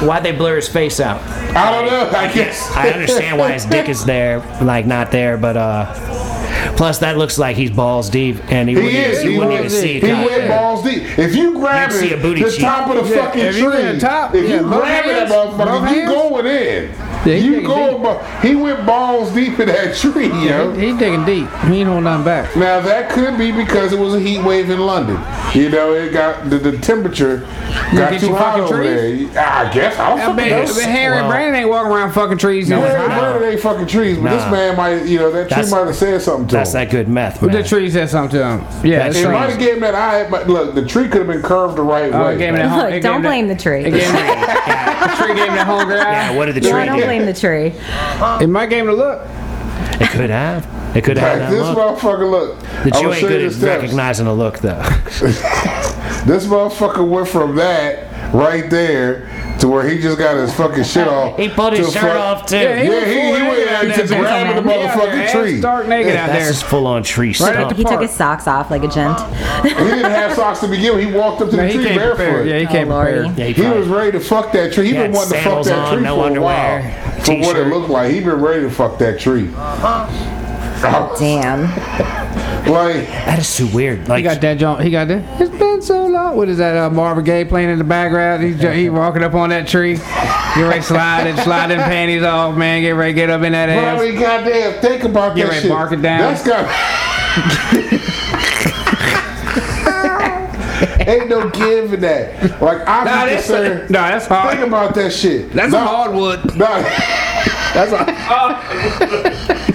Speaker 1: Why'd they blur his face out?
Speaker 2: I don't know. I guess.
Speaker 1: I understand why his dick is there, like not there, but uh plus that looks like he's balls deep and he,
Speaker 2: <laughs> He
Speaker 1: wouldn't,
Speaker 2: is.
Speaker 1: Even,
Speaker 2: He,
Speaker 1: he wouldn't even
Speaker 2: went,
Speaker 1: see
Speaker 2: he
Speaker 1: it. coming.
Speaker 2: went balls deep. If you grab
Speaker 1: You'd see a
Speaker 2: it,
Speaker 1: booty
Speaker 2: the
Speaker 1: cheek.
Speaker 2: top of the
Speaker 3: Yeah,
Speaker 2: fucking
Speaker 3: if you
Speaker 2: tree,
Speaker 3: grab the top,
Speaker 2: if
Speaker 3: yeah,
Speaker 2: you
Speaker 3: both
Speaker 2: grab it,
Speaker 3: hands,
Speaker 2: that motherfucker,
Speaker 3: both
Speaker 2: you
Speaker 3: hands.
Speaker 2: going in.
Speaker 3: Yeah, he
Speaker 2: you
Speaker 3: digging
Speaker 2: go,
Speaker 3: deep.
Speaker 2: ba- he went balls deep in that <laughs> tree, yo.
Speaker 3: He, he digging deep. He ain't holding nothing back.
Speaker 2: Now that could be because it was a heat wave in London. You know, it got the, the temperature got
Speaker 3: get
Speaker 2: too
Speaker 3: you
Speaker 2: hot
Speaker 3: fucking
Speaker 2: over
Speaker 3: trees?
Speaker 2: there. I guess I don't
Speaker 3: I
Speaker 2: fucking
Speaker 3: bet,
Speaker 2: know.
Speaker 3: I bet Harry
Speaker 1: Well-
Speaker 3: and Brandon ain't walking around fucking trees. No,
Speaker 2: Harry
Speaker 1: Nah.
Speaker 2: Brown ain't fucking trees, but this
Speaker 1: Nah.
Speaker 2: man might, you know, that
Speaker 1: That's-
Speaker 2: tree might have said something to
Speaker 1: That's
Speaker 2: him.
Speaker 1: that good meth,
Speaker 3: the
Speaker 1: man.
Speaker 3: tree said something to him. Yeah,
Speaker 1: That
Speaker 3: it's
Speaker 2: it
Speaker 1: tree-
Speaker 2: might have
Speaker 3: something.
Speaker 2: gave him that eye, but look, the tree could have been curved the right
Speaker 3: Oh,
Speaker 2: way.
Speaker 3: it gave him
Speaker 4: <laughs>
Speaker 3: that home- it
Speaker 4: Look,
Speaker 3: gave
Speaker 4: don't
Speaker 3: him that-
Speaker 4: blame the
Speaker 3: It <laughs>
Speaker 4: tree.
Speaker 3: gave him that- the tree gave him that hunger
Speaker 1: Yeah,
Speaker 3: eye.
Speaker 1: what did the
Speaker 4: No,
Speaker 1: tree
Speaker 4: don't
Speaker 1: do?
Speaker 4: blame the tree.
Speaker 2: Oh.
Speaker 3: It might give him a look.
Speaker 1: It could have. It could have. that
Speaker 2: Like, this
Speaker 1: look.
Speaker 2: motherfucker, look.
Speaker 1: The
Speaker 2: I
Speaker 1: Jew
Speaker 2: was
Speaker 1: ain't good
Speaker 2: saying
Speaker 1: at
Speaker 2: this
Speaker 1: recognizing a look, though. <laughs>
Speaker 2: This motherfucker went from that right there to where he just got his fucking shit
Speaker 1: <laughs>
Speaker 2: off.
Speaker 1: he pulled
Speaker 2: to
Speaker 1: his
Speaker 2: a
Speaker 1: shirt
Speaker 2: fuck-
Speaker 1: off too.
Speaker 3: Yeah,
Speaker 2: Yeah,
Speaker 3: was
Speaker 2: he,
Speaker 3: full
Speaker 2: he
Speaker 3: naked
Speaker 2: went
Speaker 3: out
Speaker 2: out
Speaker 3: there,
Speaker 2: there to
Speaker 3: man.
Speaker 2: grab the
Speaker 4: He out
Speaker 2: motherfucking
Speaker 3: ass
Speaker 2: tree.
Speaker 3: Stark naked out
Speaker 1: That's
Speaker 3: there.
Speaker 1: just full on tree
Speaker 3: Right at
Speaker 1: stuff.
Speaker 3: the
Speaker 4: He took
Speaker 3: park.
Speaker 4: his socks off like a gent.
Speaker 2: He didn't have socks to begin with. He walked up to
Speaker 3: No,
Speaker 2: the
Speaker 3: he
Speaker 2: tree
Speaker 3: came
Speaker 2: barefoot.
Speaker 3: prepared. Yeah, he
Speaker 4: Oh,
Speaker 3: came
Speaker 4: Lordy.
Speaker 3: prepared.
Speaker 1: Yeah, he
Speaker 2: He was
Speaker 1: probably-
Speaker 2: ready to fuck that tree. He
Speaker 1: He
Speaker 2: been
Speaker 1: had
Speaker 2: wanting to fuck
Speaker 1: sandals
Speaker 2: that
Speaker 1: on,
Speaker 2: tree
Speaker 1: no
Speaker 2: for a
Speaker 1: underwear,
Speaker 2: while. For what it
Speaker 1: t-shirt.
Speaker 2: looked like, he been ready to fuck that tree.
Speaker 4: Damn.
Speaker 2: like,
Speaker 1: That is too weird.
Speaker 3: He
Speaker 1: Like,
Speaker 3: got that jump. He got that. It's been so long. What is that? Uh, Marvin Gaye playing in the background. He,
Speaker 2: <laughs>
Speaker 3: ju- he walking up on that tree. Get ready, sliding, sliding panties off, man. Get ready, get up in that
Speaker 2: I
Speaker 3: ass.
Speaker 2: mean, goddamn, think about
Speaker 3: Get
Speaker 2: that
Speaker 3: ready,
Speaker 2: shit.
Speaker 3: bark it down.
Speaker 2: That's got. <laughs> Ain't no give in that. Like I'm
Speaker 3: Nah, that's no,
Speaker 2: concerned.
Speaker 3: that's
Speaker 2: Think
Speaker 3: hard.
Speaker 2: about that shit.
Speaker 3: That's a
Speaker 2: Nah, <laughs>
Speaker 3: hardwood.
Speaker 2: nah.
Speaker 3: That's a.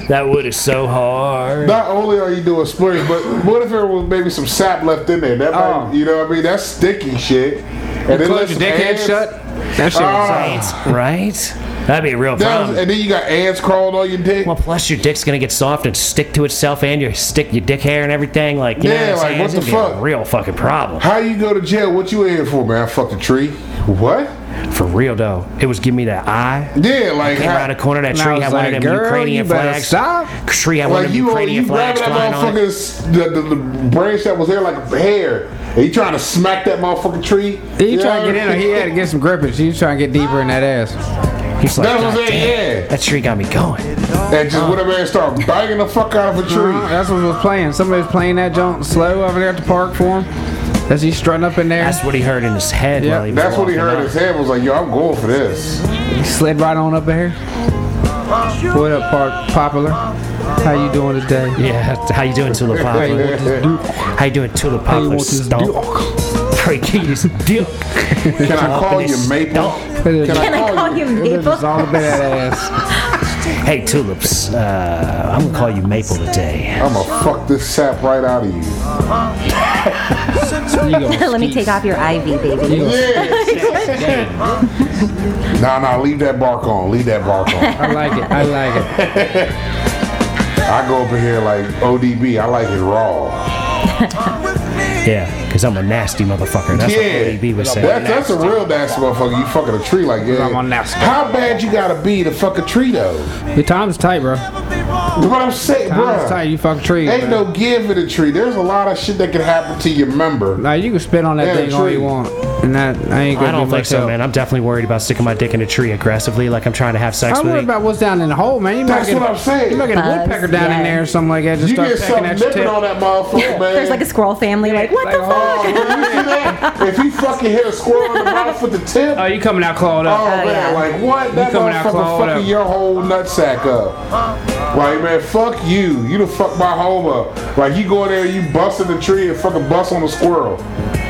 Speaker 1: that wood is so hard.
Speaker 2: Not only are you doing splurge, but what if there was maybe some sap left in there? That
Speaker 3: Oh.
Speaker 2: might, you know what I mean? That's sticky shit. And then
Speaker 3: Close
Speaker 2: let
Speaker 3: your dick head
Speaker 2: ants-
Speaker 3: shut. That shit was
Speaker 2: Ah.
Speaker 3: insane.
Speaker 1: Right? That'd be a real
Speaker 2: That
Speaker 1: problem.
Speaker 2: was, and then you got ants crawling on your dick.
Speaker 1: well, plus your dick's gonna get soft and stick to itself, and your stick, your dick hair, and everything. Like, you
Speaker 2: Yeah,
Speaker 1: know what I'm
Speaker 2: like,
Speaker 1: saying?
Speaker 2: what
Speaker 1: It's
Speaker 2: the
Speaker 1: gonna be a
Speaker 2: fuck?
Speaker 1: real fucking problem.
Speaker 2: How you go to jail? What you in here for, man? I fucked a tree. What?
Speaker 1: For real though, it was giving me that eye.
Speaker 2: Yeah, like
Speaker 1: Came around the
Speaker 2: how,
Speaker 1: corner of that
Speaker 3: And I
Speaker 1: tree,
Speaker 3: was
Speaker 1: had one
Speaker 3: like,
Speaker 1: of them
Speaker 3: girl,
Speaker 1: Ukrainian
Speaker 3: you better
Speaker 1: flags.
Speaker 3: stop.
Speaker 1: Tree had one of
Speaker 2: like
Speaker 1: them
Speaker 2: you
Speaker 1: Ukrainian
Speaker 2: you
Speaker 1: flags
Speaker 2: grabbing
Speaker 1: flying
Speaker 2: that
Speaker 1: on it.
Speaker 2: motherfucker's the, the, the branch that was there like a hair, and you trying to smack that motherfucking tree.
Speaker 3: He
Speaker 2: You
Speaker 3: tried
Speaker 2: know
Speaker 3: to get in.
Speaker 2: what I
Speaker 3: there. He had to get some grippage. He was trying to get deeper in that ass.
Speaker 1: He's like,
Speaker 2: <laughs> That was
Speaker 1: "God
Speaker 2: it,
Speaker 1: damn,
Speaker 2: yeah."
Speaker 1: That tree got me going.
Speaker 2: mean? And just went up there and started banging the fuck out of a tree.
Speaker 3: Uh-huh, that's what was playing. Somebody was playing that jump slow over there at the park for him. As he's strutting up in there,
Speaker 1: That's what he heard in his head.
Speaker 3: Yeah,
Speaker 1: while he was
Speaker 2: That's what he
Speaker 1: walking
Speaker 2: heard.
Speaker 1: up.
Speaker 2: His head was like, "Yo, I'm going for this."
Speaker 3: he slid right on up in here. What up, Park Popular? How you doing today?
Speaker 1: Yeah, how you doing, Tulip Poplar? How you doing, Tulip
Speaker 3: you
Speaker 1: Poplar?
Speaker 3: want this
Speaker 1: Stomp. Pray
Speaker 2: <laughs>
Speaker 1: this dick.
Speaker 2: Can I call you Maple?
Speaker 3: Can
Speaker 2: <laughs>
Speaker 4: Can I call Oh, you
Speaker 3: It was
Speaker 4: Maple?
Speaker 3: all about that ass.
Speaker 1: Hey, Tulips, uh, I'm gonna call you Maple today.
Speaker 2: I'ma fuck this sap right out of you.
Speaker 3: You gonna
Speaker 4: <laughs> Let me take off your ivy, baby.
Speaker 2: Yeah. <laughs> nah, nah, leave that bark on. Leave that bark on.
Speaker 3: I like it. I like it.
Speaker 2: I go up in here like ODB. I like it raw.
Speaker 1: Yeah, because I'm a nasty motherfucker. That's what
Speaker 2: yeah.
Speaker 1: Lady B was saying.
Speaker 2: That's, that's a real nasty motherfucker. You fucking a tree like yeah.
Speaker 3: I'm a nasty.
Speaker 2: How bad you gotta be to fuck a tree though?
Speaker 3: Your time's tight, bro.
Speaker 2: That's what I'm saying,
Speaker 3: Time's tight.
Speaker 2: bro.
Speaker 3: You fuck tree.
Speaker 2: Ain't
Speaker 3: bro.
Speaker 2: no give in a tree. There's a lot of shit that can happen to your member.
Speaker 3: Nah, you can spit on that
Speaker 2: Yeah,
Speaker 3: thing all
Speaker 2: tree.
Speaker 3: you want, and that I ain't gonna
Speaker 1: I
Speaker 3: do
Speaker 1: don't think
Speaker 3: much help.
Speaker 1: so, man. I'm definitely worried about sticking my dick in a tree aggressively, like I'm trying to have sex
Speaker 3: I'm
Speaker 1: with
Speaker 3: worried
Speaker 1: it.
Speaker 3: about what's down in the hole, man. You
Speaker 2: That's
Speaker 3: might get,
Speaker 2: what I'm saying.
Speaker 3: You might get a
Speaker 4: Bugs,
Speaker 3: woodpecker down
Speaker 4: yeah.
Speaker 3: in there or something like that. Just
Speaker 2: You
Speaker 3: start
Speaker 2: get
Speaker 3: pecking
Speaker 2: something
Speaker 3: at your
Speaker 2: nipping
Speaker 3: tip.
Speaker 2: on that motherfucker, man.
Speaker 4: There's like a squirrel family, like, what
Speaker 3: Like,
Speaker 4: the <laughs> fuck?
Speaker 2: Oh, man, you see that? if he fucking hit a squirrel in the mouth with the tip,
Speaker 3: Oh, you coming out clawed
Speaker 2: Oh, man,
Speaker 3: up?
Speaker 4: yeah.
Speaker 2: like what? That
Speaker 3: coming out
Speaker 2: motherfucker
Speaker 3: clawed
Speaker 2: fucking
Speaker 3: up.
Speaker 2: your whole nutsack up. Like man, fuck you. You done fuck my home up. Like you go in there, you bust in the tree and fucking bust on the squirrel.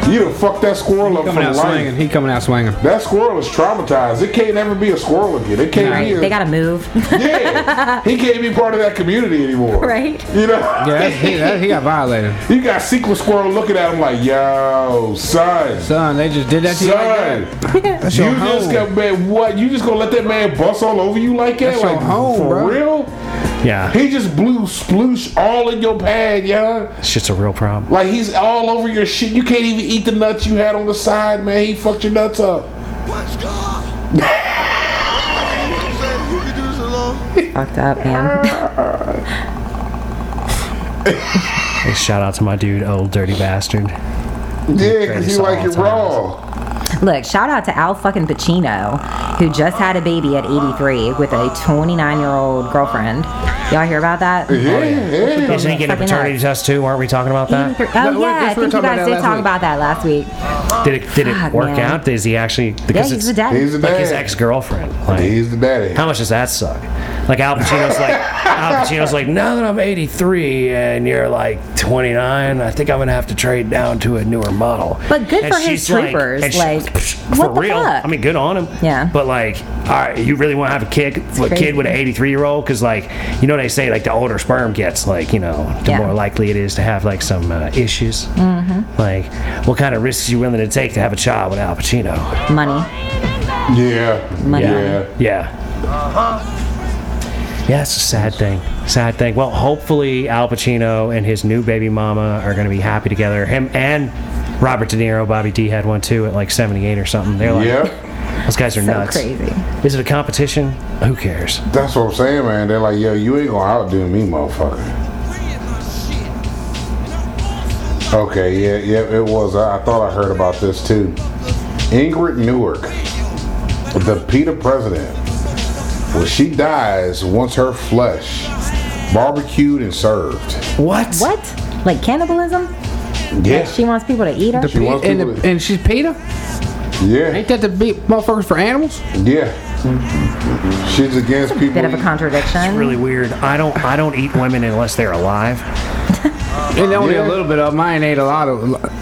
Speaker 2: You done fuck that squirrel up Oh, for
Speaker 3: coming out
Speaker 2: life.
Speaker 3: swinging. He coming
Speaker 2: <laughs>
Speaker 3: out swinging.
Speaker 2: That squirrel is traumatized. It can't ever be a squirrel again. It can't
Speaker 4: Right,
Speaker 2: be. A,
Speaker 4: they gotta move. <laughs>
Speaker 2: yeah, he can't be part of that community anymore.
Speaker 4: Right.
Speaker 2: You know.
Speaker 3: Yeah, that's, he, that, he got violated.
Speaker 2: You got secret squirrel looking at him like, yo, son.
Speaker 3: Son, they just did that to you.
Speaker 2: Son,
Speaker 3: Like that. That's your
Speaker 2: you just
Speaker 3: home.
Speaker 2: got man. What you just gonna let that man bust all over you like that?
Speaker 3: That's your
Speaker 2: like
Speaker 3: home,
Speaker 2: for
Speaker 3: bro.
Speaker 2: real?
Speaker 1: yeah,
Speaker 2: He just blew sploosh all in your pad, yeah.
Speaker 1: it's just a real problem.
Speaker 2: Like he's all over your shit. You can't even eat the nuts you had on the side, man. He fucked your nuts up.
Speaker 4: Fucked up, man. <laughs>
Speaker 1: Hey, Shout out to my dude, old dirty bastard.
Speaker 2: Yeah, because
Speaker 1: greatest
Speaker 2: you
Speaker 1: of
Speaker 2: like
Speaker 1: all
Speaker 2: it
Speaker 1: time.
Speaker 2: raw.
Speaker 4: Look, shout out to Al fucking Pacino, who just had a baby at 83 with a 29 year old girlfriend. Y'all hear about that?
Speaker 2: Oh, Yeah, yeah.
Speaker 1: Isn't he getting a
Speaker 4: Fucking
Speaker 1: paternity
Speaker 4: nuts.
Speaker 1: test too? Aren't we talking about that?
Speaker 4: 83 Oh
Speaker 3: That- what-
Speaker 4: yeah, I
Speaker 3: that's what we
Speaker 4: think
Speaker 3: were talking
Speaker 4: you guys
Speaker 3: about
Speaker 4: did
Speaker 3: last
Speaker 4: talk
Speaker 3: week.
Speaker 4: about that last week.
Speaker 1: Did it did it
Speaker 4: Fuck,
Speaker 1: work
Speaker 4: man.
Speaker 1: out? Is he actually
Speaker 4: Yeah,
Speaker 1: because
Speaker 4: he's
Speaker 1: it's
Speaker 4: the daddy.
Speaker 2: He's the
Speaker 1: like
Speaker 2: daddy.
Speaker 1: his ex girlfriend?
Speaker 2: He's the daddy.
Speaker 1: How much does that suck? Like Al Pacino's like
Speaker 4: <laughs>
Speaker 1: Al Pacino's like now that I'm 83 and you're like 29, I think I'm gonna have to trade down to a newer model.
Speaker 4: But good
Speaker 1: And
Speaker 4: for his
Speaker 1: she's like-
Speaker 4: troopers,
Speaker 1: and she-
Speaker 4: like,
Speaker 1: for
Speaker 4: what the
Speaker 1: real.
Speaker 4: fuck?
Speaker 1: I mean, good on him.
Speaker 4: Yeah.
Speaker 1: But like, all right, you really want to have a kid, a
Speaker 4: crazy.
Speaker 1: kid with an 83 year old? Because like, you know they say like the older sperm gets, like you know, the
Speaker 4: Yeah.
Speaker 1: more likely it is to have like some uh, issues. Mm-hmm. Like, what kind of risks you willing to take to have a child with Al Pacino?
Speaker 4: Money.
Speaker 2: Yeah.
Speaker 4: Money.
Speaker 2: Yeah.
Speaker 1: Yeah.
Speaker 2: Uh-huh.
Speaker 1: Yeah, it's a sad thing. Sad thing. Well, hopefully Al Pacino and his new baby mama are going to be happy together. Him and Robert De Niro, Bobby D had one too at like 78 or something. They're like,
Speaker 2: Yeah.
Speaker 1: those guys are
Speaker 4: So
Speaker 1: nuts.
Speaker 4: crazy.
Speaker 1: Is it a competition? Who cares?
Speaker 2: That's what I'm saying, man. They're like, yo, you ain't gonna outdo me, motherfucker. Okay, yeah, yeah, it was. I, I thought I heard about this too. Ingrid Newark, the PETA president. Well, she dies once her flesh barbecued and served.
Speaker 1: What?
Speaker 4: What? Like cannibalism?
Speaker 2: Yeah.
Speaker 4: She wants people to eat her?
Speaker 2: She wants
Speaker 3: and,
Speaker 2: people
Speaker 3: the,
Speaker 2: to-
Speaker 3: and she's PETA?
Speaker 2: Yeah.
Speaker 3: Ain't that the big motherfuckers for animals?
Speaker 2: Yeah. She's against people.
Speaker 4: Bit of Mm-hmm. a
Speaker 2: eating-
Speaker 4: contradiction.
Speaker 1: Really weird. I don't. I don't eat women unless they're alive.
Speaker 3: And only
Speaker 2: Yeah.
Speaker 3: a little bit of mine ate a lot of. <laughs>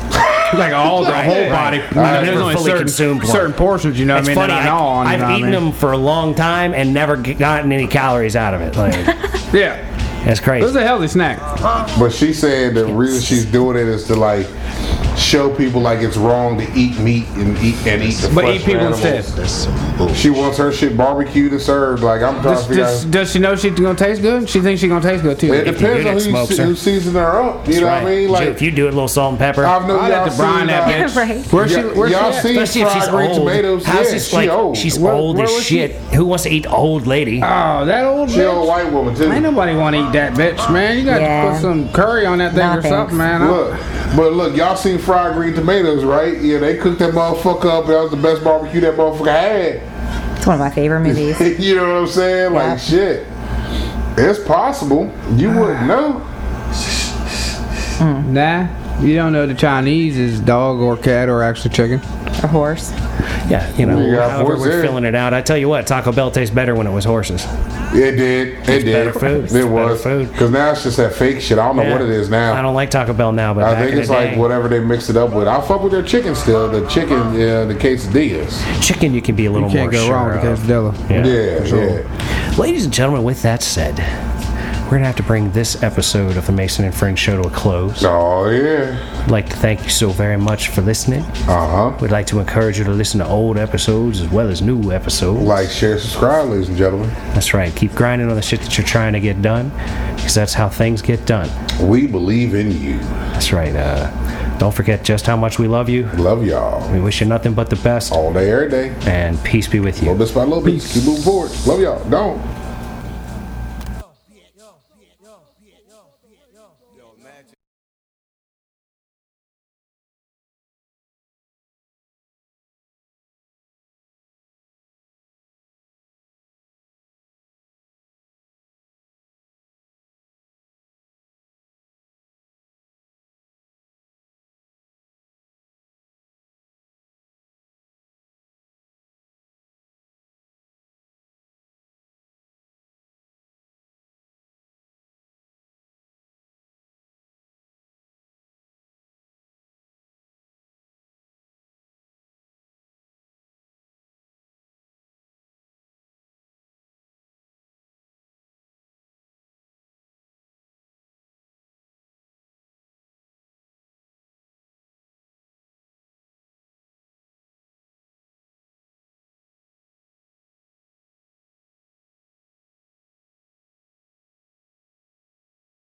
Speaker 3: Like all the whole body. You know,
Speaker 1: I've
Speaker 3: there's
Speaker 1: never
Speaker 3: only
Speaker 1: fully
Speaker 3: certain,
Speaker 1: consumed one.
Speaker 3: certain portions, you know
Speaker 1: it's
Speaker 3: what I mean?
Speaker 1: funny.
Speaker 3: That I
Speaker 1: I,
Speaker 3: know on, you
Speaker 1: have
Speaker 3: know what I
Speaker 1: eaten
Speaker 3: mean?
Speaker 1: them for a long time and never g- gotten any calories out of it. Like,
Speaker 3: Yeah.
Speaker 1: that's
Speaker 2: <laughs>
Speaker 3: This is
Speaker 1: crazy.
Speaker 3: a healthy snack.
Speaker 2: But she said the reason she's doing it is to like show people like it's wrong to eat meat and eat and eat the
Speaker 3: But
Speaker 2: flesh
Speaker 3: eat people
Speaker 2: of animals.
Speaker 3: instead.
Speaker 2: She wants her shit barbecued and served. Like I'm trying
Speaker 3: Does,
Speaker 2: to figure
Speaker 3: does,
Speaker 2: out.
Speaker 3: does she know she's gonna taste good? She thinks she's gonna taste good too.
Speaker 2: It
Speaker 1: if you
Speaker 2: depends
Speaker 1: do that,
Speaker 2: on who,
Speaker 1: smokes
Speaker 2: se-
Speaker 1: her.
Speaker 2: who seasons her up. You know
Speaker 1: Right.
Speaker 2: what I mean? Like
Speaker 1: if you do it, a little salt and pepper.
Speaker 2: I've known
Speaker 3: I'll
Speaker 2: y'all
Speaker 3: let the brine
Speaker 2: seen,
Speaker 3: that
Speaker 2: uh, <laughs>
Speaker 3: bitch.
Speaker 4: Right.
Speaker 3: Where's she?
Speaker 2: y'all-
Speaker 3: Where's
Speaker 2: y'all
Speaker 3: she? at?
Speaker 2: seen
Speaker 1: Especially if
Speaker 2: fried
Speaker 1: she's
Speaker 2: green
Speaker 1: old.
Speaker 2: tomatoes.
Speaker 1: How's
Speaker 2: yeah,
Speaker 1: this,
Speaker 2: she
Speaker 1: like,
Speaker 2: old.
Speaker 1: She's
Speaker 3: Where-
Speaker 1: old
Speaker 3: where
Speaker 1: as
Speaker 3: was she?
Speaker 1: shit. Who wants to eat old
Speaker 2: Ah,
Speaker 1: lady?
Speaker 3: Oh, that old
Speaker 2: She old
Speaker 3: bitch.
Speaker 2: white woman too.
Speaker 3: Ain't nobody want to eat that bitch, man. You got
Speaker 4: Yeah.
Speaker 3: to put some curry on that thing
Speaker 4: No,
Speaker 3: or something,
Speaker 4: thanks.
Speaker 3: man. I-
Speaker 2: Look, but look, y'all seen fried green tomatoes, right? Yeah, they cooked that motherfucker up. That was the best barbecue that motherfucker had. <laughs>
Speaker 4: It's one of my
Speaker 3: <laughs>
Speaker 4: favorite movies.
Speaker 2: you know what I'm saying? Like
Speaker 4: Yeah.
Speaker 2: shit. It's possible. You wouldn't know.
Speaker 3: Nah, you don't know the Chinese is dog or cat or actually chicken.
Speaker 4: A horse.
Speaker 1: Yeah, you know,
Speaker 2: You got
Speaker 1: however
Speaker 2: horses.
Speaker 1: we're filling it out. I tell you what, Taco Bell tastes better when it was horses.
Speaker 2: It did. It did.
Speaker 1: better food. It's
Speaker 2: It
Speaker 1: better
Speaker 2: was.
Speaker 1: food.
Speaker 2: Because now it's just that fake shit. I don't know what it is now.
Speaker 1: I don't like Taco Bell now, but
Speaker 2: I
Speaker 1: back
Speaker 2: think
Speaker 1: in
Speaker 2: it's
Speaker 1: the
Speaker 2: like
Speaker 1: day,
Speaker 2: whatever they mixed it up with. I fuck with their chicken still. The chicken, yeah, the quesadillas.
Speaker 1: chicken you can be a little
Speaker 3: You can't
Speaker 1: more
Speaker 3: go
Speaker 1: sure
Speaker 3: wrong
Speaker 1: of.
Speaker 3: with quesadilla.
Speaker 1: Yeah.
Speaker 2: Yeah, yeah.
Speaker 1: Ladies and gentlemen, with that said, we're gonna have to bring this episode of the Mason and Friends show to a close.
Speaker 2: Oh yeah.
Speaker 1: I'd like to thank you so very much for listening.
Speaker 2: Uh huh.
Speaker 1: We'd like to encourage you to listen to old episodes as well as new episodes.
Speaker 2: Like, share, subscribe, ladies and gentlemen.
Speaker 1: That's right. Keep grinding on the shit that you're trying to get done, because that's how things get done.
Speaker 2: We believe in you.
Speaker 1: That's right. Uh, don't forget just how much we love you.
Speaker 2: Love y'all.
Speaker 1: We wish you nothing but the best,
Speaker 2: All day, every day.
Speaker 1: and peace be with you.
Speaker 2: Little bit by little bit. Keep moving forward. Love y'all. Don't.